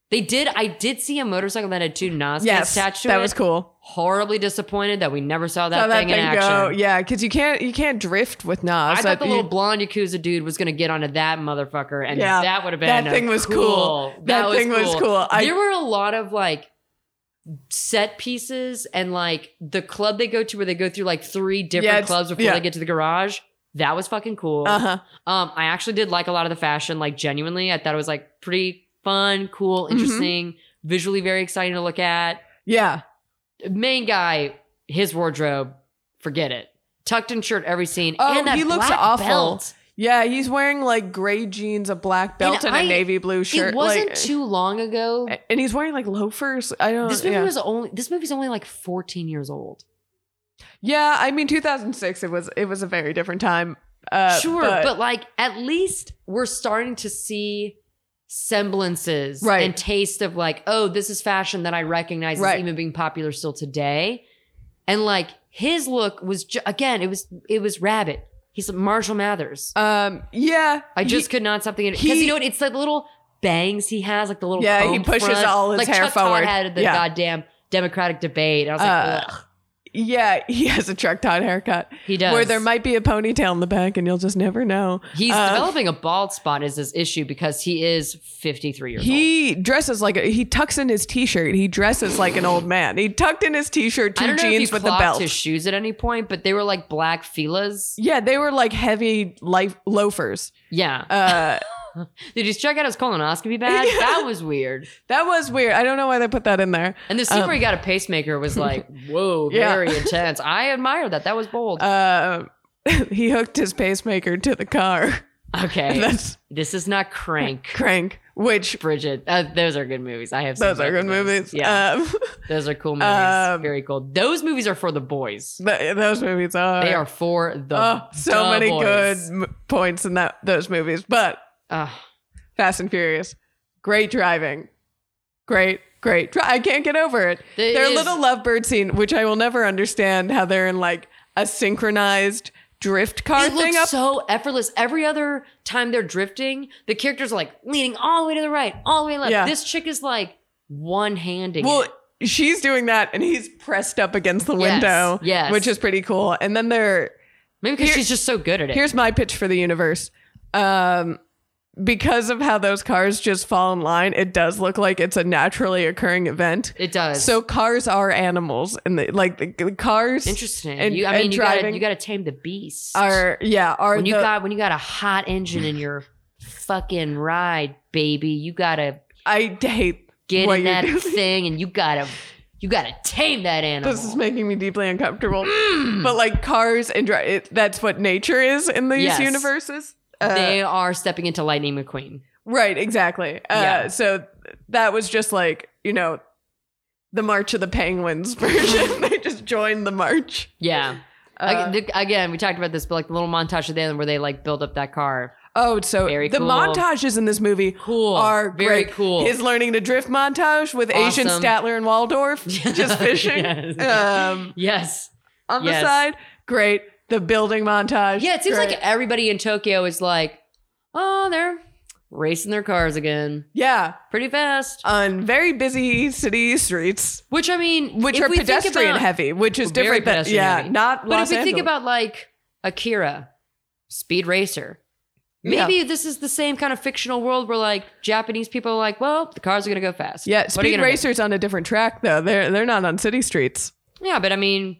They did. I did see a motorcycle that had two NAS
Yes,
attached to
that
it.
was cool.
horribly disappointed that we never saw that,
Saw
thing, in action.
Yeah, because you can't you can't drift with Nas.
I thought the
you-
little blonde Yakuza dude was going to get onto that motherfucker, and
Yeah,
that would have been
that
a
thing was cool.
That,
That thing was cool. I-
there were a lot of like set pieces and like the club they go to where they go through like three different
it's-
clubs before
yeah.
they get to the garage. That was fucking cool.
uh-huh.
Um, I actually did like a lot of the fashion, like genuinely. I thought it was like pretty fun,
Mm-hmm.
cool, interesting, visually very exciting to look at.
Yeah.
Main guy, his wardrobe, forget it. Tucked in shirt every scene.
Oh,
and that
he looks
black
awful.
belt.
Yeah, he's wearing like gray jeans, a black belt,
And
and,
I-
a navy blue shirt.
It wasn't
like, eh,
too long ago.
and he's wearing like loafers. I don't.
This movie
oh, yeah.
was only this movie's only like 14 years old.
Yeah, I mean, 2006. It was it was a very different time. Uh,
sure, but, like at least we're starting to see semblances
Right.
and taste of like, oh, this is fashion that I recognize
Right.
as even being popular still today. And like his look was ju- again, it was it was rabbit. He's like Marshall Mathers.
um, yeah,
I
he-
just could not stop thinking because
he-
you know what? It's like the little bangs he has, like the little
Yeah, he
comb
pushes
front.
all his
like
hair
Chuck Todd
forward.
had the
Yeah.
goddamn Democratic debate. And I was
Uh,
like, ugh,
yeah, he has a truck Todd haircut
he does.
where there might be a ponytail in the back, and you'll just never know.
He's
Uh,
developing a bald spot is his issue because he is 53 years old.
He dresses like a, he tucks in his t-shirt. He dresses like an old man. He tucked in his t-shirt,
I
two
don't know if
jeans
you
with a
clocked
belt.
his shoes at any point, but they were like black filas.
yeah, they were like heavy life loafers.
Yeah.
Uh,
Did you check out his colonoscopy badge?
Yeah.
That was weird.
that was weird. I don't know why they put that in there.
And the scene
Um,
where he got a pacemaker was like, whoa,
Yeah.
very intense. I admire that. That was bold.
Uh, he hooked his pacemaker to the car.
okay.
And that's
this is not Crank,
crank, which
Bridget. Uh, those are good movies. I have some
those are good movies.
Yeah.
Um,
those are cool movies.
um,
very cool. Those movies are for the boys.
th- those movies are.
They are for the
uh, oh, so
the
many
boys.
good m- points in that those movies. But
Ugh.
Fast and Furious, great driving, great, great. Dri- I can't get over it.
There
Their
is-
little lovebird scene, which I will never understand how they're in like a synchronized drift car
It
thing
looks
up.
so effortless. Every other time they're drifting, the characters are like leaning all the way to the right, all the way left.
Yeah.
This chick is like one handing.
well, she's doing that, and he's pressed up against the
Yes,
window,
yes.
which is pretty cool. And then they're
maybe because
here-
she's just so good at it.
Here's my pitch for the universe. Um, because of how those cars just fall in line, it does look like it's a naturally occurring event.
it does.
So cars are animals, and the, like the, the cars
interesting.
and-
you, I mean,
and
you gotta,
driving-
you gotta tame the beast.
are yeah are
when you
the-
got when you got a hot engine in your fucking ride, baby, you gotta
I d- hate
get
what
in
you're
that
doing.
thing and you gotta you gotta tame that animal.
This is making me deeply uncomfortable.
Mm.
But like cars and dri- it, that's what nature is in these
Yes.
universes. Uh,
they are stepping into Lightning McQueen.
Right, exactly. Uh,
Yeah.
So that was just like, you know, the March of the Penguins version. they just joined the march.
Yeah.
Uh,
Ag- the- Again, we talked about this, but like the little montage at the end where they like build up that car.
oh, so
very
the
cool.
montages in this movie
Cool.
are
very
great.
cool.
His learning to drift montage with Asian
Awesome.
Statler and Waldorf just fishing
Yes.
um,
yes.
on
Yes.
the side. Great. The building montage.
Yeah, it seems
great.
like everybody in Tokyo is like, oh, they're racing their cars again
yeah,
pretty fast.
on very busy city streets,
Which I mean,
Uh, which
if
are
we think
pedestrian
about-
heavy, which is
Very
different than
pedestrian
yeah,
heavy.
not
But if
Los
we think
Angeles.
about like Akira, Speed Racer, maybe this is the same kind of fictional world where like Japanese people are like, well, the cars are gonna go fast.
Yeah,
What are you
Speed
gonna do?
Racer's on a different track though. They're they're not on city streets.
Yeah, but I mean,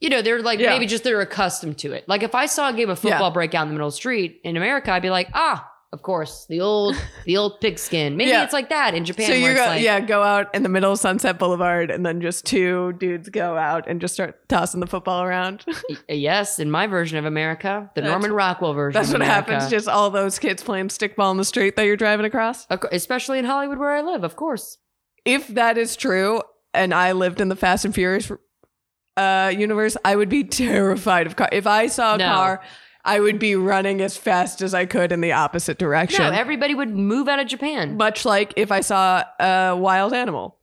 you know, they're like
Yeah.
maybe just they're accustomed to it. Like if I saw a game of
Yeah.
football break out in the middle of the street in America, I'd be like, ah, of course, the old the old pigskin. Maybe
Yeah.
it's like that in Japan.
so
where
you
it's
go
like,
yeah, go out in the middle of Sunset Boulevard and then just two dudes go out and just start tossing the football around.
y- yes, in my version of America, the
That's-
Norman Rockwell version.
That's
of
what
America.
happens, just all those kids playing stickball in the street that you're driving across.
Of cour- especially in Hollywood where I live. Of course,
If that is true, and I lived in the Fast and Furious uh, universe, I would be terrified of car. If I saw a
No.
car, I would be running as fast as I could in the opposite direction.
no, everybody would move out of Japan.
much like if I saw a wild animal.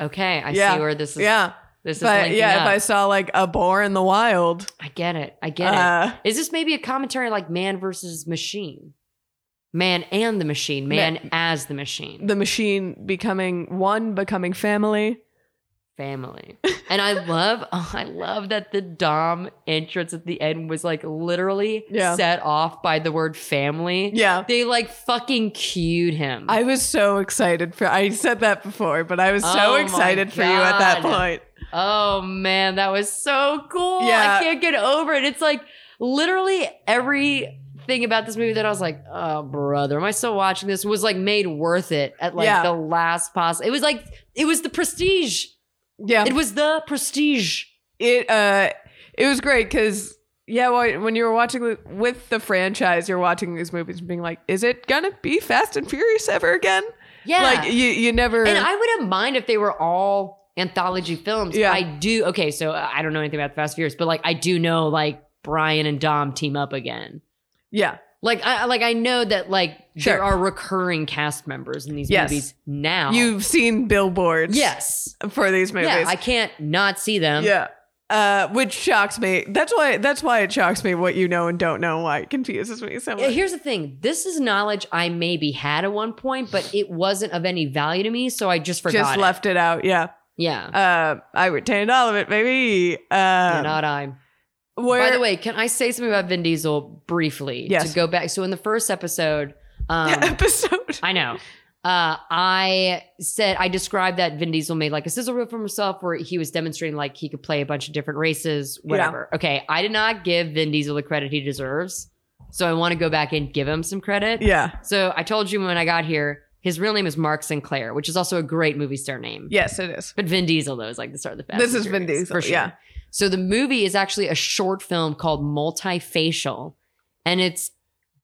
okay, I
Yeah.
see where this is.
Yeah.
This is
But
linking
yeah, if
up.
I saw like a boar in the wild,
I get it. I get
uh,
it. Is this maybe a commentary like man versus machine? Man and the machine, man as the machine.
the machine becoming one, becoming family.
family. And I love, oh, I love that the Dom entrance at the end was like literally
Yeah.
set off by the word family.
Yeah.
They like fucking cued him.
I was so excited for I said that before, but I was
Oh
so
my
excited for you at that
God.
point.
oh man, that was so cool.
Yeah.
I can't get over it. It's like literally everything about this movie that I was like, oh brother, am I still watching this? Was like made worth it at like
Yeah.
the last possible. It was like it was the prestige.
Yeah.
It was the prestige.
it uh it was great because yeah wh- when you were watching th- with the franchise you're watching these movies and being like is it gonna be fast and furious ever again
Yeah.
like you you never
And I wouldn't mind if they were all anthology films.
Yeah.
I do. Okay, so uh, I don't know anything about the Fast and Furious, but like I do know like Brian and Dom team up again.
yeah
Like I like I know that like there
Sure.
are recurring cast members in these
Yes.
movies now.
you've seen billboards
yes.
for these movies
Yeah, I can't not see them.
Yeah. uh which shocks me that's why that's why it shocks me what you know and don't know and why it confuses me so
Yeah,
much
Uh, Here's the thing. This is knowledge I maybe had at one point, but it wasn't of any value to me, so I just forgot.
just
it.
left it out yeah
Yeah.
uh i retained all of it baby
You're
uh
not I.
where
By the way, can I say something about Vin Diesel briefly?
Yes.
To go back. So in the first episode, um,
episode
I know. Uh, I said I described that Vin Diesel made like a sizzle reel for himself, where he was demonstrating like he could play a bunch of different races, whatever. Okay, I did not give Vin Diesel the credit he deserves, so I want to go back and give him some credit.
yeah
So I told you when I got here, his real name is Mark Sinclair, which is also a great movie star name.
yes it is
But Vin Diesel though is like the star of the Fast.
This
and
is Vin
Furious,
Diesel,
for sure.
yeah.
So the movie is actually a short film called Multifacial, and it's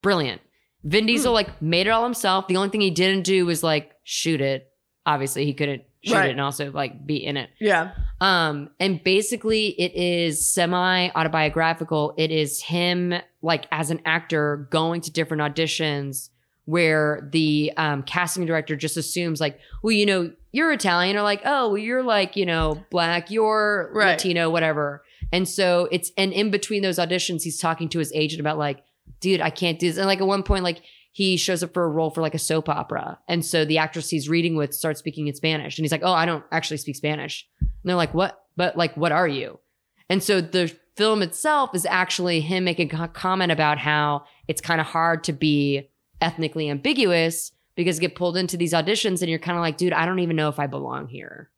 brilliant. Vin Diesel
Hmm.
like made it all himself. The only thing he didn't do was like shoot it. Obviously, he couldn't shoot
Right.
it and also like be in it.
yeah
Um, and basically, it is semi autobiographical. It is him, like as an actor, going to different auditions where the um, casting director just assumes, like, well, you know, you're Italian, or like, oh, well, you're like, you know, black, you're
Right.
Latino, whatever. And so it's, and in between those auditions, he's talking to his agent about, like, dude, I can't do this. And like at one point, like, he shows up for a role for like a soap opera. And so the actress he's reading with starts speaking in Spanish. And he's like, Oh, I don't actually speak Spanish. And they're like, What? But like, what are you? And so the film itself is actually him making a comment about how it's kind of hard to be ethnically ambiguous because you get pulled into these auditions and you're kind of like, dude, I don't even know if I belong here.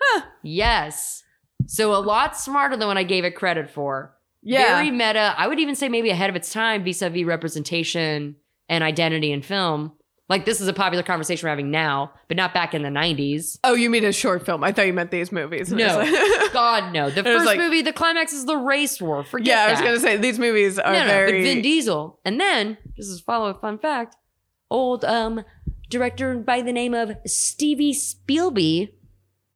Huh.
Yes. So a lot smarter than what I gave it credit for.
Yeah.
Very meta. I would even say maybe ahead of its time vis a vis representation and identity in film. Like this is a popular conversation we're having now, but not back in the 90s.
oh, you mean a short film? I thought you meant these movies. And I was like-
God, no. The
It was
first
like-
movie, the climax is the race war. Forget
yeah, I
that.
was gonna say these movies are
no, no,
very.
but Vin Diesel. And then, this is a follow-up fun fact, old um director by the name of Stevie Spielberg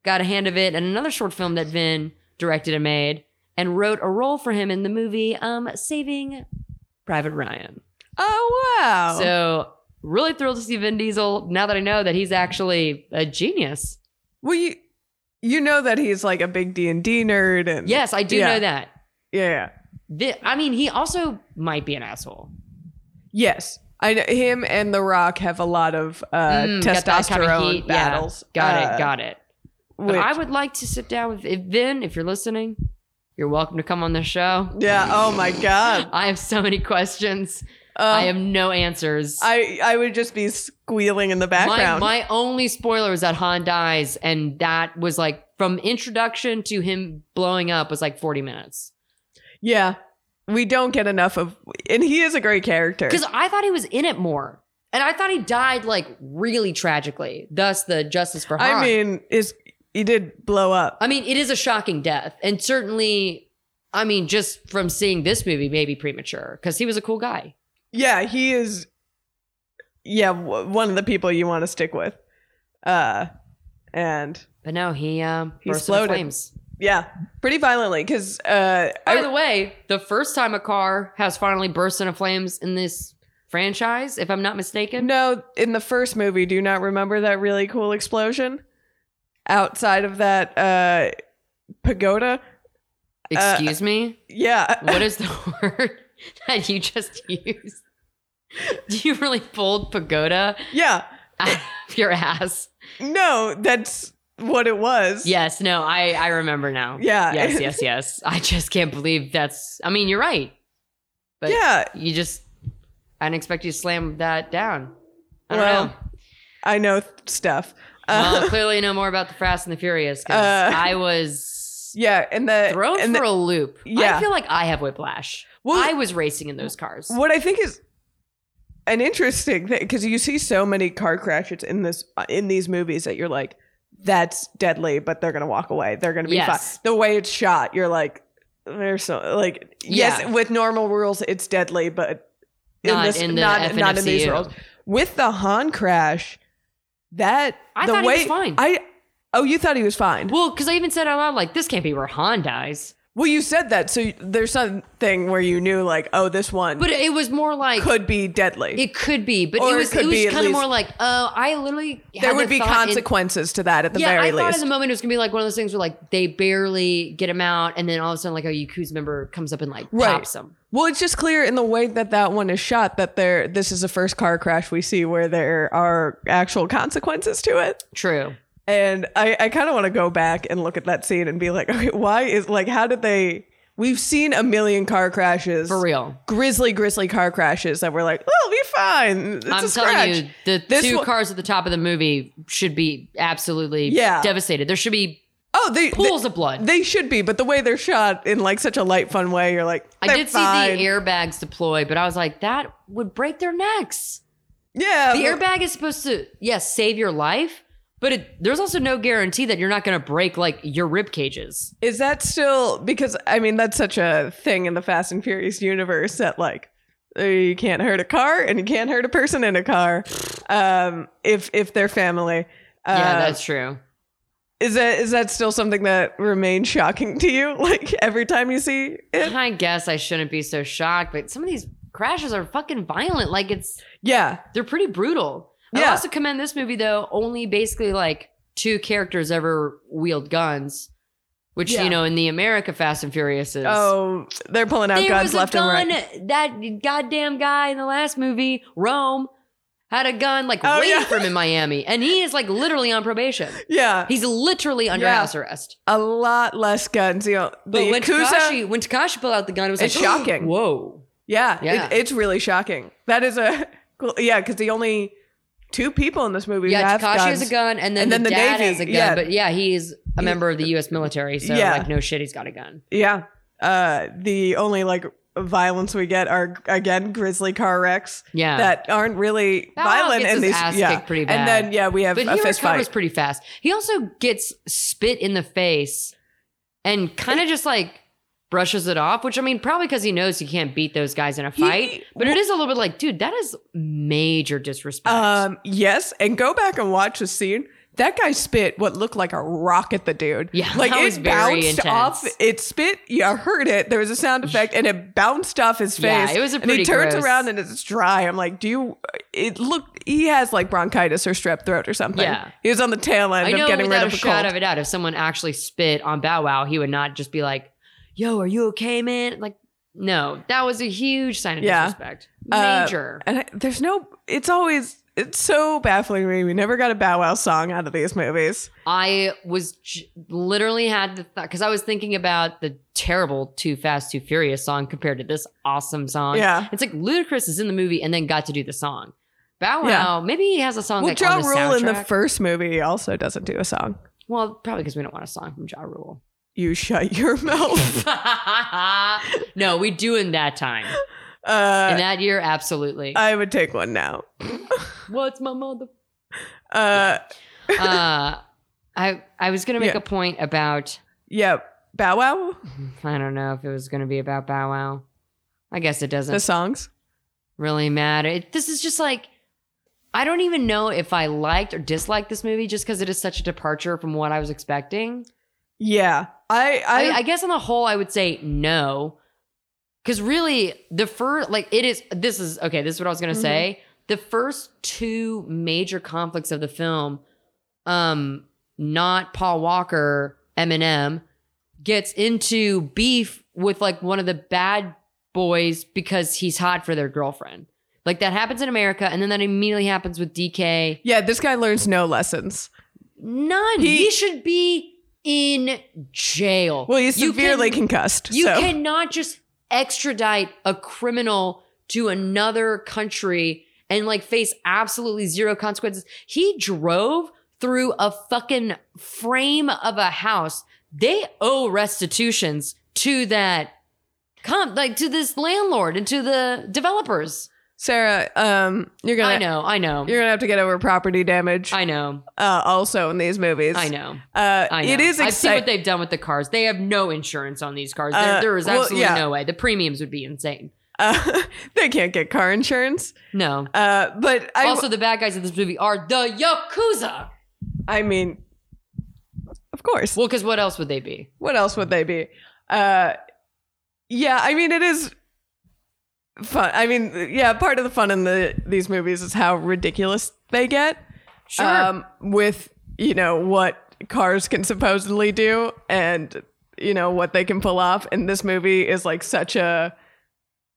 got a hand of it in another short film that Vin directed and made and wrote a role for him in the movie um Saving Private Ryan.
oh wow.
So really thrilled to see Vin Diesel now that I know that he's actually a genius.
well, you you know that he's like a big D and D nerd, and
Yes, I do
Yeah.
know that.
yeah, yeah.
Vi- I mean, he also might be an asshole.
yes. I know him and The Rock have a lot of uh,
Mm, got that kind of
testosterone
heat. Yeah.
battles.
Got
Uh,
it. Got it. But
which-
I would like to sit down with if Vin. If you're listening, you're welcome to come on the show.
yeah. Oh my god.
I have so many questions.
Um,
I have no answers.
I I would just be squealing in the
my,
background.
my only spoiler was that Han dies, and that was like from introduction to him blowing up was like 40 minutes.
yeah. We don't get enough of, and he is a great character.
Because I thought he was in it more. And I thought he died like really tragically. Thus the justice for Han.
I mean, is he did blow up.
I mean, it is a shocking death. And certainly, I mean, just from seeing this movie, maybe premature, because he was a cool guy.
Yeah, he is. Yeah, w- one of the people you want to stick with. Uh, and
But no, he um
He
burst into
exploded.
flames.
yeah, pretty violently because uh,
By
I-
the way, the first time a car has finally burst into flames in this franchise, if I'm not mistaken.
no in the first movie. Do you not remember that really cool explosion outside of that uh pagoda? Uh,
Excuse me?
Yeah,
What is the word that you just used? Do you really pulled pagoda
yeah.
out of your ass?
No, that's what it was.
Yes, no, I I remember now.
Yeah.
Yes, yes, yes. I just can't believe that's. I mean, you're right. But
yeah.
you just I didn't expect you to slam that down. I don't
Well,
know.
I know th- stuff. Uh,
Well, clearly you know more about the Fast and the Furious 'cause
Uh,
I was
yeah, and the
thrown
and the-
for a loop.
Yeah.
I feel like I have whiplash.
Well-
I was racing in those cars.
What I think is an interesting thing because you see so many car crashes in this in these movies that you're like, that's deadly, but they're gonna walk away. They're gonna be
Yes.
fine. The way it's shot, you're like, there's so like yes,
Yeah.
with normal rules, it's deadly, but in
Not
this
in the
not not in these
FNFCU.
rules. With the Han crash, that
I
the
thought he
way
was fine.
I oh you thought he was fine.
Well, because I even said out loud, like, this can't be where Han dies.
Well, you said that, so you- there's something where you knew like oh this one
But it was more like
could be deadly.
it could be, but
Or
it
it
was it,
could be
was
at
kind of
least-
more like, oh, I literally had
there
the
would be
thought in-
consequences to that at the
yeah,
very
I thought in
least.
the moment it was gonna be like one of those things where like they barely get him out, and then all of a sudden like a Yakuza member comes up and like
Right.
pops him.
well, it's just clear in the way that that one is shot that there this is the first car crash we see where there are actual consequences to it.
True.
And I, I kind of want to go back and look at that scene and be like, okay, why is like how did they? We've seen a million car crashes,
For real.
grisly, grisly car crashes that we're like, oh, we'll be fine. It's
I'm telling
a scratch.
you, the
This
two
one-
cars at the top of the movie should be absolutely
Yeah.
devastated. There should be
oh, they,
pools
they
of blood.
they should be, but the way they're shot in like such a light, fun way, you're like,
I
they're
did
fine.
see the airbags deploy, but I was like, that would break their necks.
yeah,
The
well-
airbag is supposed to, yes, save your life, but it, there's also no guarantee that you're not going to break like your rib cages.
Is that still because I mean that's such a thing in the Fast and Furious universe that like uh, you can't hurt a car and you can't hurt a person in a car um, if if they're family. Uh,
yeah, that's true.
is that is that still something that remains shocking to you? Like every time you see it,
I guess I shouldn't be so shocked, but some of these crashes are fucking violent. Like it's
yeah,
they're pretty brutal. I
Yeah.
also commend this movie though, only basically like two characters ever wield guns, which
Yeah.
you know in the America Fast and Furious is.
oh, they're pulling out
there
guns
was a
left
gun.
and right.
That goddamn guy in the last movie, Rome, had a gun like
Oh,
waiting
yeah.
for him in Miami, and he is like literally on probation.
Yeah,
He's literally under
Yeah.
house arrest.
a lot less guns. You know, the
But when
Yakuza-
Takashi when Takashi pulled out the gun, it was
It's
like
shocking.
Whoa.
Yeah,
Yeah.
It, it's really shocking. That is a cool, yeah, because the only two people in this movie who
Yeah,
have
Takashi
guns,
has a gun, and then,
And then
the,
the
dad
Navy,
has a gun.
yeah.
But yeah, he is a member of the U.S. military, so
Yeah.
like no shit, he's got a gun.
Yeah. Uh, the only like violence we get are again grizzly car wrecks
Yeah,
that aren't really
Balrog
violent
gets
in
his
these.
ass
yeah.
kicked pretty
And
bad.
then yeah, we have
but he
a
recovers
fist fight.
pretty fast. He also gets spit in the face, and kind of just like brushes it off. Which I mean, probably because he knows he can't beat those guys in a fight. but it is a little bit like, dude, that is major disrespect.
Um, yes, and go back and watch the scene. That guy spit what looked like a rock at the dude.
Yeah,
like
that
it
was very
bounced
intense.
off. It spit. You heard it. There was a sound effect, and it bounced off his
Yeah,
face.
it was a
and he
pretty
turns
gross-
around and it's dry. I'm like, do you? It looked. He has like bronchitis or strep throat or something.
Yeah.
he was on the tail end
I
of
know
getting rid
without
of
a
a
shot
cold.
of a doubt, if someone actually spit on Bow Wow, he would not just be like, "Yo, are you okay, man?" Like, no, that was a huge sign of
Yeah.
disrespect.
Uh,
Major.
and I, there's no. It's always. It's so baffling to me. We never got a Bow Wow song out of these movies.
I was j- literally had the thought because I was thinking about the terrible Too Fast, Too Furious song compared to this awesome song.
Yeah.
It's like Ludacris is in the movie and then got to do the song. Bow
Yeah.
Wow, maybe he has a song
Well,
like
Ja
on the
Rule in the
soundtrack.
first movie also doesn't do a song.
well, probably because we don't want a song from Ja Rule.
You shut your mouth.
no, we do in that time. in
Uh,
that year, absolutely.
I would take one now.
What's my mother?
Uh,
uh, I I was gonna make
Yeah.
a point about
yeah, Bow Wow,
I don't know if it was gonna be about Bow Wow. I guess it doesn't
the songs.
really matter. It, this is just like I don't even know if I liked or disliked this movie just because it is such a departure from what I was expecting.
Yeah, I, I,
I, I guess on the whole, I would say no. Because really, the first, like, it is, this is, okay, this is what I was going to
Mhm.
say. The first two major conflicts of the film, um, not Paul Walker, Eminem, gets into beef with like one of the bad boys because he's hot for their girlfriend. Like that happens in America, and then that immediately happens with DK.
yeah, this guy learns no lessons.
None. He,
He-
should be in jail.
Well, he's
You
severely
can-
concussed.
You
so.
cannot just extradite a criminal to another country and like face absolutely zero consequences. He drove through a fucking frame of a house. They owe restitutions to that comp, like to this landlord and to the developers.
Sarah, um, you're
I
gonna
know, I know,
you're gonna have to get over property damage.
I know,
uh, also in these movies.
I know.
Uh,
I know.
It is
I've seen what
exciting.
they've done with the cars. They have no insurance on these cars. There,
Uh,
there is
well,
absolutely
yeah.
no way. The premiums would be insane.
uh, they can't get car insurance.
No.
Uh, but I,
also, the bad guys in this movie are the Yakuza.
I mean, of course.
Well, because what else would they be?
What else would they be? Uh, yeah, I mean, it is fun. I mean, yeah, part of the fun in the these movies is how ridiculous they get.
Sure.
Um, with you know what cars can supposedly do and you know what they can pull off and this movie is like such a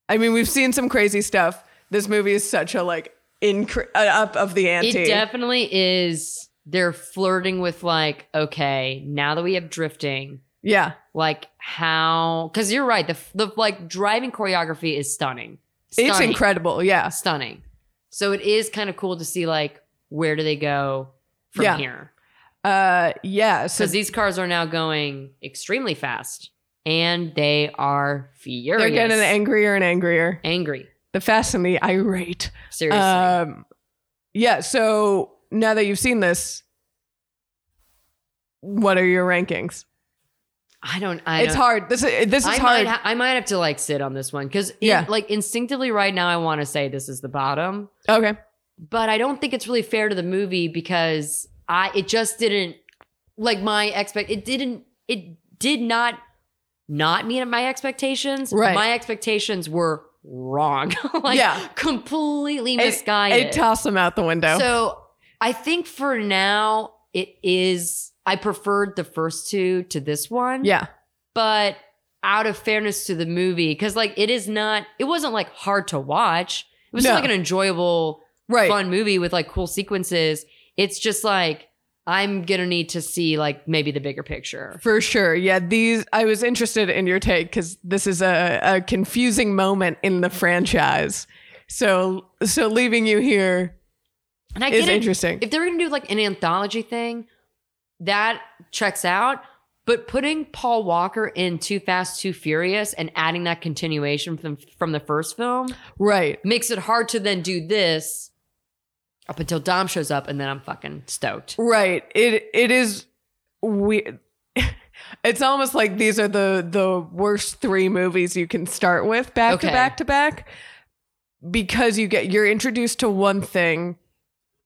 i mean we've seen some crazy stuff this movie is such a like incre- uh, up of the
it
ante
definitely is. They're flirting with, like, okay, now that we have drifting,
yeah
like, how. Because you're right. The, f- the, like, driving choreography is stunning. stunning.
it's incredible yeah
Stunning. So it is kind of cool to see, like, where do they go from
Yeah.
here?
uh yeah so
Because these cars are now going extremely fast and they are furious.
they're getting angrier and angrier
angry.
the fast and the irate
Seriously.
um yeah so now that you've seen this what are your rankings
I don't. I
it's
don't-
hard. This is this is
I
hard.
Might ha- I might have to like sit on this one because
Yeah.
like instinctively right now I want to say this is the bottom,
okay.
but I don't think it's really fair to the movie because I it just didn't like my expect it didn't it did not not meet my expectations.
Right.
my expectations were wrong. like
Yeah.
completely
It-
misguided.
I toss them out the window.
So I think for now it is. I preferred the first two to this one.
yeah.
But out of fairness to the movie, because like it is not, it wasn't like hard to watch. It was
No.
still like an enjoyable,
Right.
fun movie with like cool sequences. It's just like I'm gonna need to see like maybe the bigger picture.
For sure. Yeah. These I was interested in your take because this is a, a confusing moment in the franchise. So so leaving you here
And I
is
get it.
interesting.
If they were gonna do like an anthology thing, that checks out. But putting Paul Walker in Too Fast, Too Furious and adding that continuation from from the first film
right.
makes it hard to then do this up until Dom shows up, and then I'm fucking stoked.
Right. It it is weird. It's almost like these are the the worst three movies you can start with back
Okay.
to back to back because you get you're introduced to one thing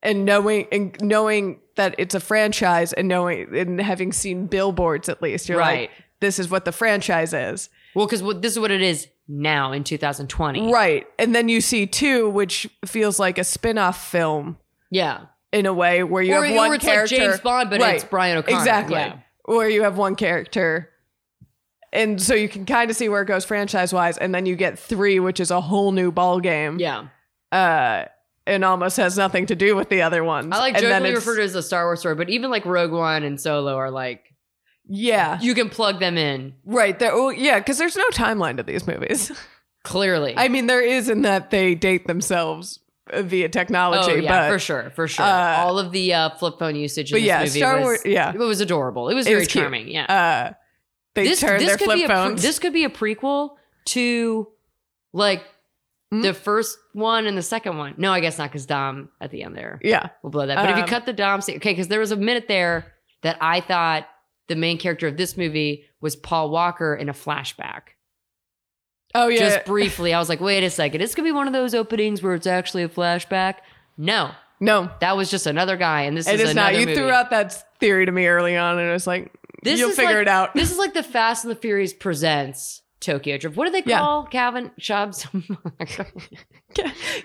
and knowing and knowing that it's a franchise and knowing and having seen billboards at least you're
Right.
like this is what the franchise is.
Well, because this is what it is now in 2020.
Right. And then you see two which feels like a spin-off film
Yeah.
in a way where you
or,
have
or
one
it's
character
like James Bond, but
Right.
it's Brian O'Connor.
Exactly.
Yeah.
Where you have one character. And so you can kind of see where it goes franchise wise, and then you get three, which is a whole new ball game.
yeah.
Uh, and almost has nothing to do with the other ones.
I like
and
jokingly
it's-
referred to it as a Star Wars story, but even like Rogue One and Solo are like,
Yeah,
you can plug them in
right. There, oh, yeah, because there's no timeline to these movies.
clearly.
I mean, there is in that they date themselves uh, via technology,
Oh yeah,
but
for sure, for sure.
uh,
All of the uh, flip phone usage in
but
this
yeah,
movie
Star
was
Wars. Yeah,
it was adorable. It was
It
very
was cute.
charming. Yeah,
uh, they turn their
could
flip
be a pre-
phones.
this could be a prequel to like
Hmm?
the first one and the second one. No, I guess not because Dom at the end there
yeah,
will blow that. But if you
Um,
cut the Dom, scene, okay, because there was a minute there that I thought the main character of this movie was Paul Walker in a flashback.
oh yeah,
Just briefly, I was like, wait a second, this could be one of those openings where it's actually a flashback. No,
no,
that was just another guy, and this
It
is
is not.
another
You
movie.
threw out that theory to me early on, and it was like,
This
you'll
is
figure
like-
it out.
This is like the Fast and the Furious presents Tokyo Drift. What do they
Yeah.
call Calvin Shops?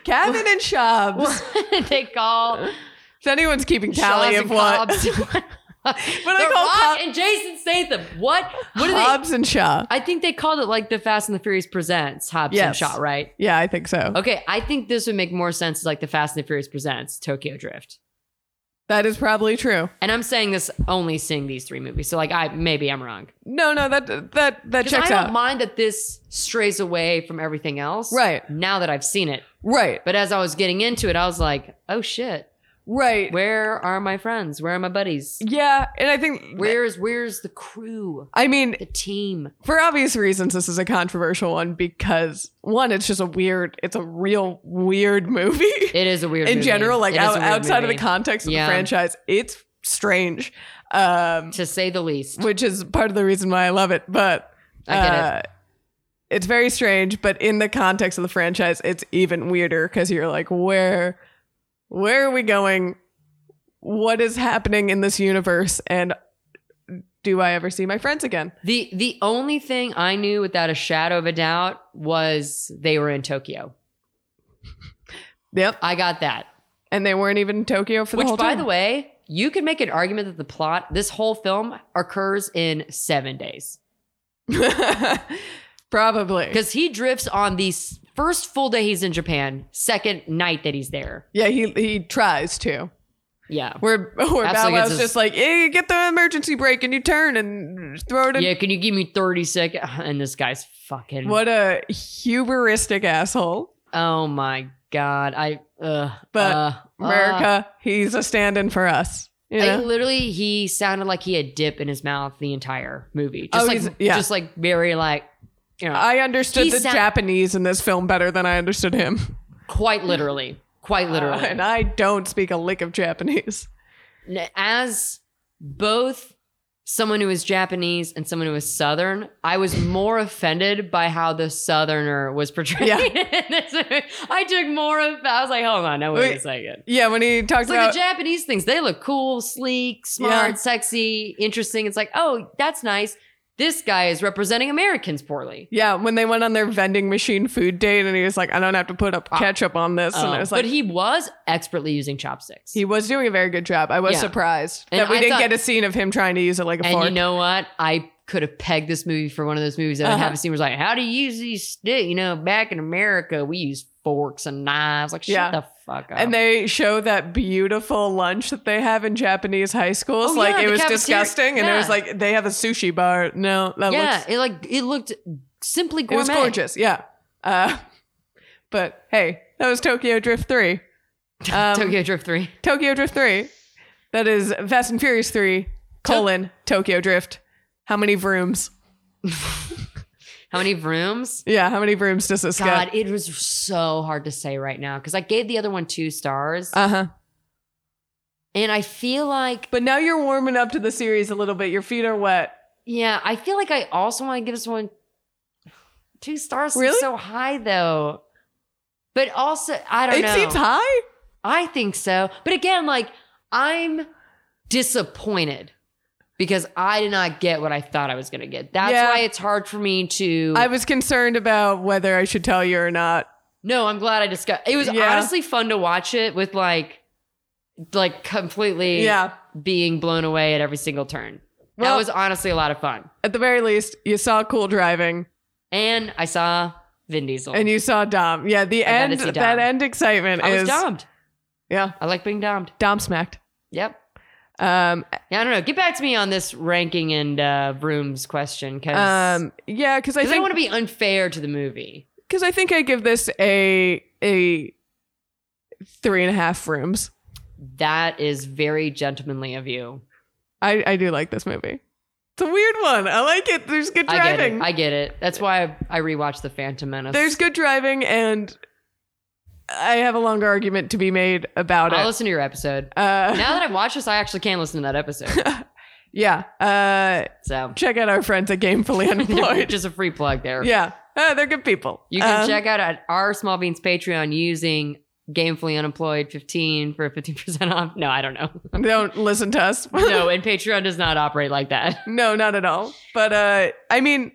Cabin and Shobbs.
what do they call
if anyone's keeping
Shaws
tally
and
of what,
Cobbs? what
do they
the
call
Rock
Cobb-
and Jason Statham. What? What do they?
Hobbs and Shaw.
I think they called it like the Fast and the Furious presents Hobbs and
Yes.
Shaw, right?
Yeah, I think so.
Okay, I think this would make more sense as like the Fast and the Furious presents Tokyo Drift.
That is probably true.
And I'm saying this only seeing these three movies. So like I maybe I'm wrong.
No, no, that that that
'Cause
checks
I don't
out.
mind that this strays away from everything else.
Right.
Now that I've seen it.
Right,
But as I was getting into it, I was like, oh shit.
right.
Where are my friends? Where are my buddies?
yeah, and I think
Where's where's the crew?
I mean,
The team.
for obvious reasons, this is a controversial one because one, it's just a weird, it's a real weird movie.
It is a weird
in
movie.
general, like
It is a
out,
weird
outside of
movie,
the context of
Yeah.
the franchise, it's strange, um,
to say the least.
which is part of the reason why I love it. But
I
Uh,
get it.
It's very strange, but in the context of the franchise, it's even weirder because you're like, where, where are we going? What is happening in this universe? And do I ever see my friends again?
The the only thing I knew without a shadow of a doubt was they were in Tokyo.
Yep.
I got that.
And they weren't even in Tokyo for the
Which
whole
by
time.
the way, you could make an argument that the plot this whole film occurs in 7 days.
Probably.
Cuz he drifts on the s- first full day he's in Japan, second night that he's there.
Yeah, he he tries to.
Yeah.
Where where Bow
Absolutely gets
Wow's
his-
just like, yeah, you get the emergency brake and you turn and throw it in.
Yeah, can you give me 30 seconds? And this guy's fucking
What a hubristic asshole.
Oh my god. I uh
But
uh, uh,
America, he's a stand-in for us. You
I
know?
literally, he sounded like he had dip in his mouth the entire movie. Just
Oh, he's-
like,
yeah.
just like very like, you know,
I, understood
He
the
sa-
Japanese in this film better than I understood him.
quite literally, quite literally.
and Oh, I don't speak a lick of Japanese.
N- As both someone who is Japanese and someone who is Southern, I was more offended by how the Southerner was portrayed.
Yeah.
in this movie. I took more of. I was like, hold on, no wait,
Wait.
a second.
Yeah, when he talks
It's like
about
the Japanese things. They look cool, sleek, smart,
Yeah.
sexy, interesting. It's like, oh, that's nice. This guy is representing Americans poorly.
yeah, when they went on their vending machine food date, and he was like, "I don't have to put up ketchup on this," and I
Oh,
was like,
but he was expertly using chopsticks.
He was doing a very good job. I was
Yeah.
surprised
And
that we
I
didn't
thought-
get a scene of him trying to use it like a
and
fork.
you know what? I could have pegged this movie for one of those movies that I
Uh-huh.
haven't seen. Was like, how do you use these stick? You know, back in America, we use forks and knives. Like, shut
Yeah.
the fuck up.
and they show that beautiful lunch that they have in Japanese high schools.
Oh,
like
yeah,
it
the
was
cafeteria-
disgusting, and it was
yeah.
like they have a sushi bar. No, that
yeah,
looks
it like it looked simply
it
gourmet.
was gorgeous. Yeah, uh, but hey, that was Tokyo Drift three. Um,
Tokyo Drift Three.
Tokyo Drift three. That is Fast and Furious three colon Tokyo Drift. How many vrooms?
How many rooms?
Yeah, how many vrooms does this
God,
get?
it was so hard to say right now because I gave the other one two stars,
Uh huh.
and I feel like
But now you're warming up to the series a little bit. Your feet are wet.
Yeah, I feel like I also want to give this one two stars. seems
Really?
So high though. But also, I don't
It
know.
seems high.
I think so. But again, like I'm disappointed because I did not get what I thought I was going to get. That's
Yeah.
why it's hard for me to.
I was concerned about whether I should tell you or not.
no, I'm glad I discussed. It was
Yeah.
honestly fun to watch it with like, like completely
Yeah.
being blown away at every single turn. that
Well-
was honestly a lot of fun.
At the very least, you saw cool driving
And I saw Vin Diesel.
and you saw Dom. Yeah, the
Oh. I gotta
end
see
that
Dom.
end excitement
I
is
was domed.
Yeah.
I like being domed.
Dom smacked.
Yep.
Um
Yeah, I don't know. Get back to me on this ranking and uh, rooms question because
um yeah, cuz I
I don't
think
want to be unfair to the movie.
cuz I think I give this a a three and a half rooms.
That is very gentlemanly of you.
I I do like this movie. It's a weird one. I like it. There's good
I get it.
driving.
I get it. That's why I, I rewatched The Phantom Menace.
There's good driving and I have a longer argument to be made about
I'll
it.
listen to your episode.
Uh,
now that I've watched this, I actually can listen to that episode.
yeah. Uh,
So
check out our friends at Gamefully Unemployed.
just a free plug there.
yeah. Uh, they're good people.
You can
Um,
check out at our Small Beans Patreon using Gamefully Unemployed 15 for 15% off. No, I don't know.
Don't listen to us.
no, and Patreon does not operate like that.
no, not at all. But uh, I mean,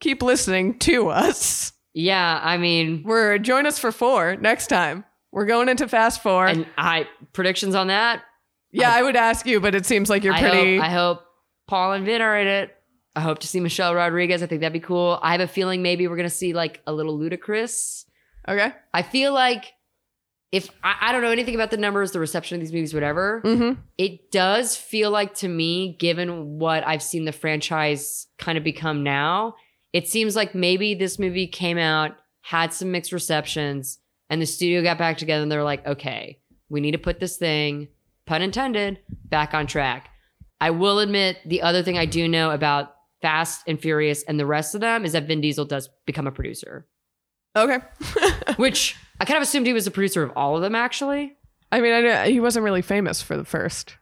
keep listening to us.
Yeah, I mean,
We're join us for four next time. We're going into fast four.
and I predictions on that.
yeah, I, would ask you, but it seems like you're
I
pretty.
Hope, I hope Paul and Vin are in it. I hope to see Michelle Rodriguez. I think that'd be cool. I have a feeling maybe we're gonna see like a little ludicrous.
okay.
I feel like if I, I don't know anything about the numbers, the reception of these movies, whatever,
Mm-hmm.
it does feel like to me, given what I've seen the franchise kind of become now, it seems like maybe this movie came out, had some mixed receptions, and the studio got back together and they're like, okay, we need to put this thing, pun intended, back on track. I will admit the other thing I do know about Fast and Furious and the rest of them is that Vin Diesel does become a producer,
Okay.
which I kind of assumed he was a producer of all of them, actually.
I mean, I know he wasn't really famous for the first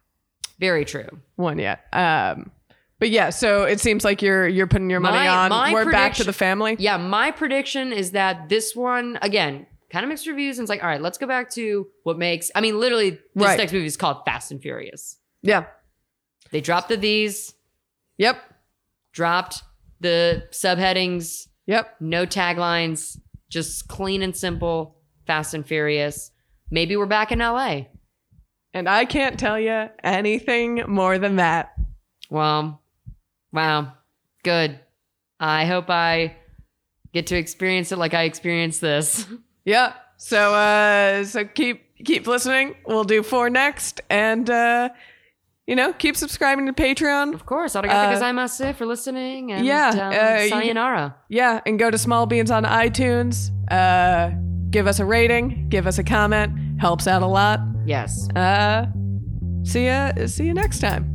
Very true.
one yet. Um, but yeah, so it seems like you're you're putting your money
My-
on.
my
We're back to
prediction-
the family.
Yeah, my prediction is that this one, again, kind of mixed reviews. And it's like, all right, let's go back to what makes. I mean, literally, this
Right.
next movie is called Fast and Furious.
Yeah.
They dropped the these,
Yep.
dropped the subheadings,
Yep.
no taglines, just clean and simple, Fast and Furious. Maybe we're back in LA.
And I can't tell you anything more than that.
Well, wow, good. I hope I get to experience it like I experienced this.
Yeah. So uh so keep keep listening. We'll do four next and uh you know, keep subscribing to Patreon.
Of course,
Uh,
arigato gozaimasu for listening and
Yeah,
yeah,
uh, you-
um, sayonara.
Yeah, and go to Small Beans on iTunes. Uh give us a rating, give us a comment. Helps out a lot.
Yes.
Uh see ya see you next time.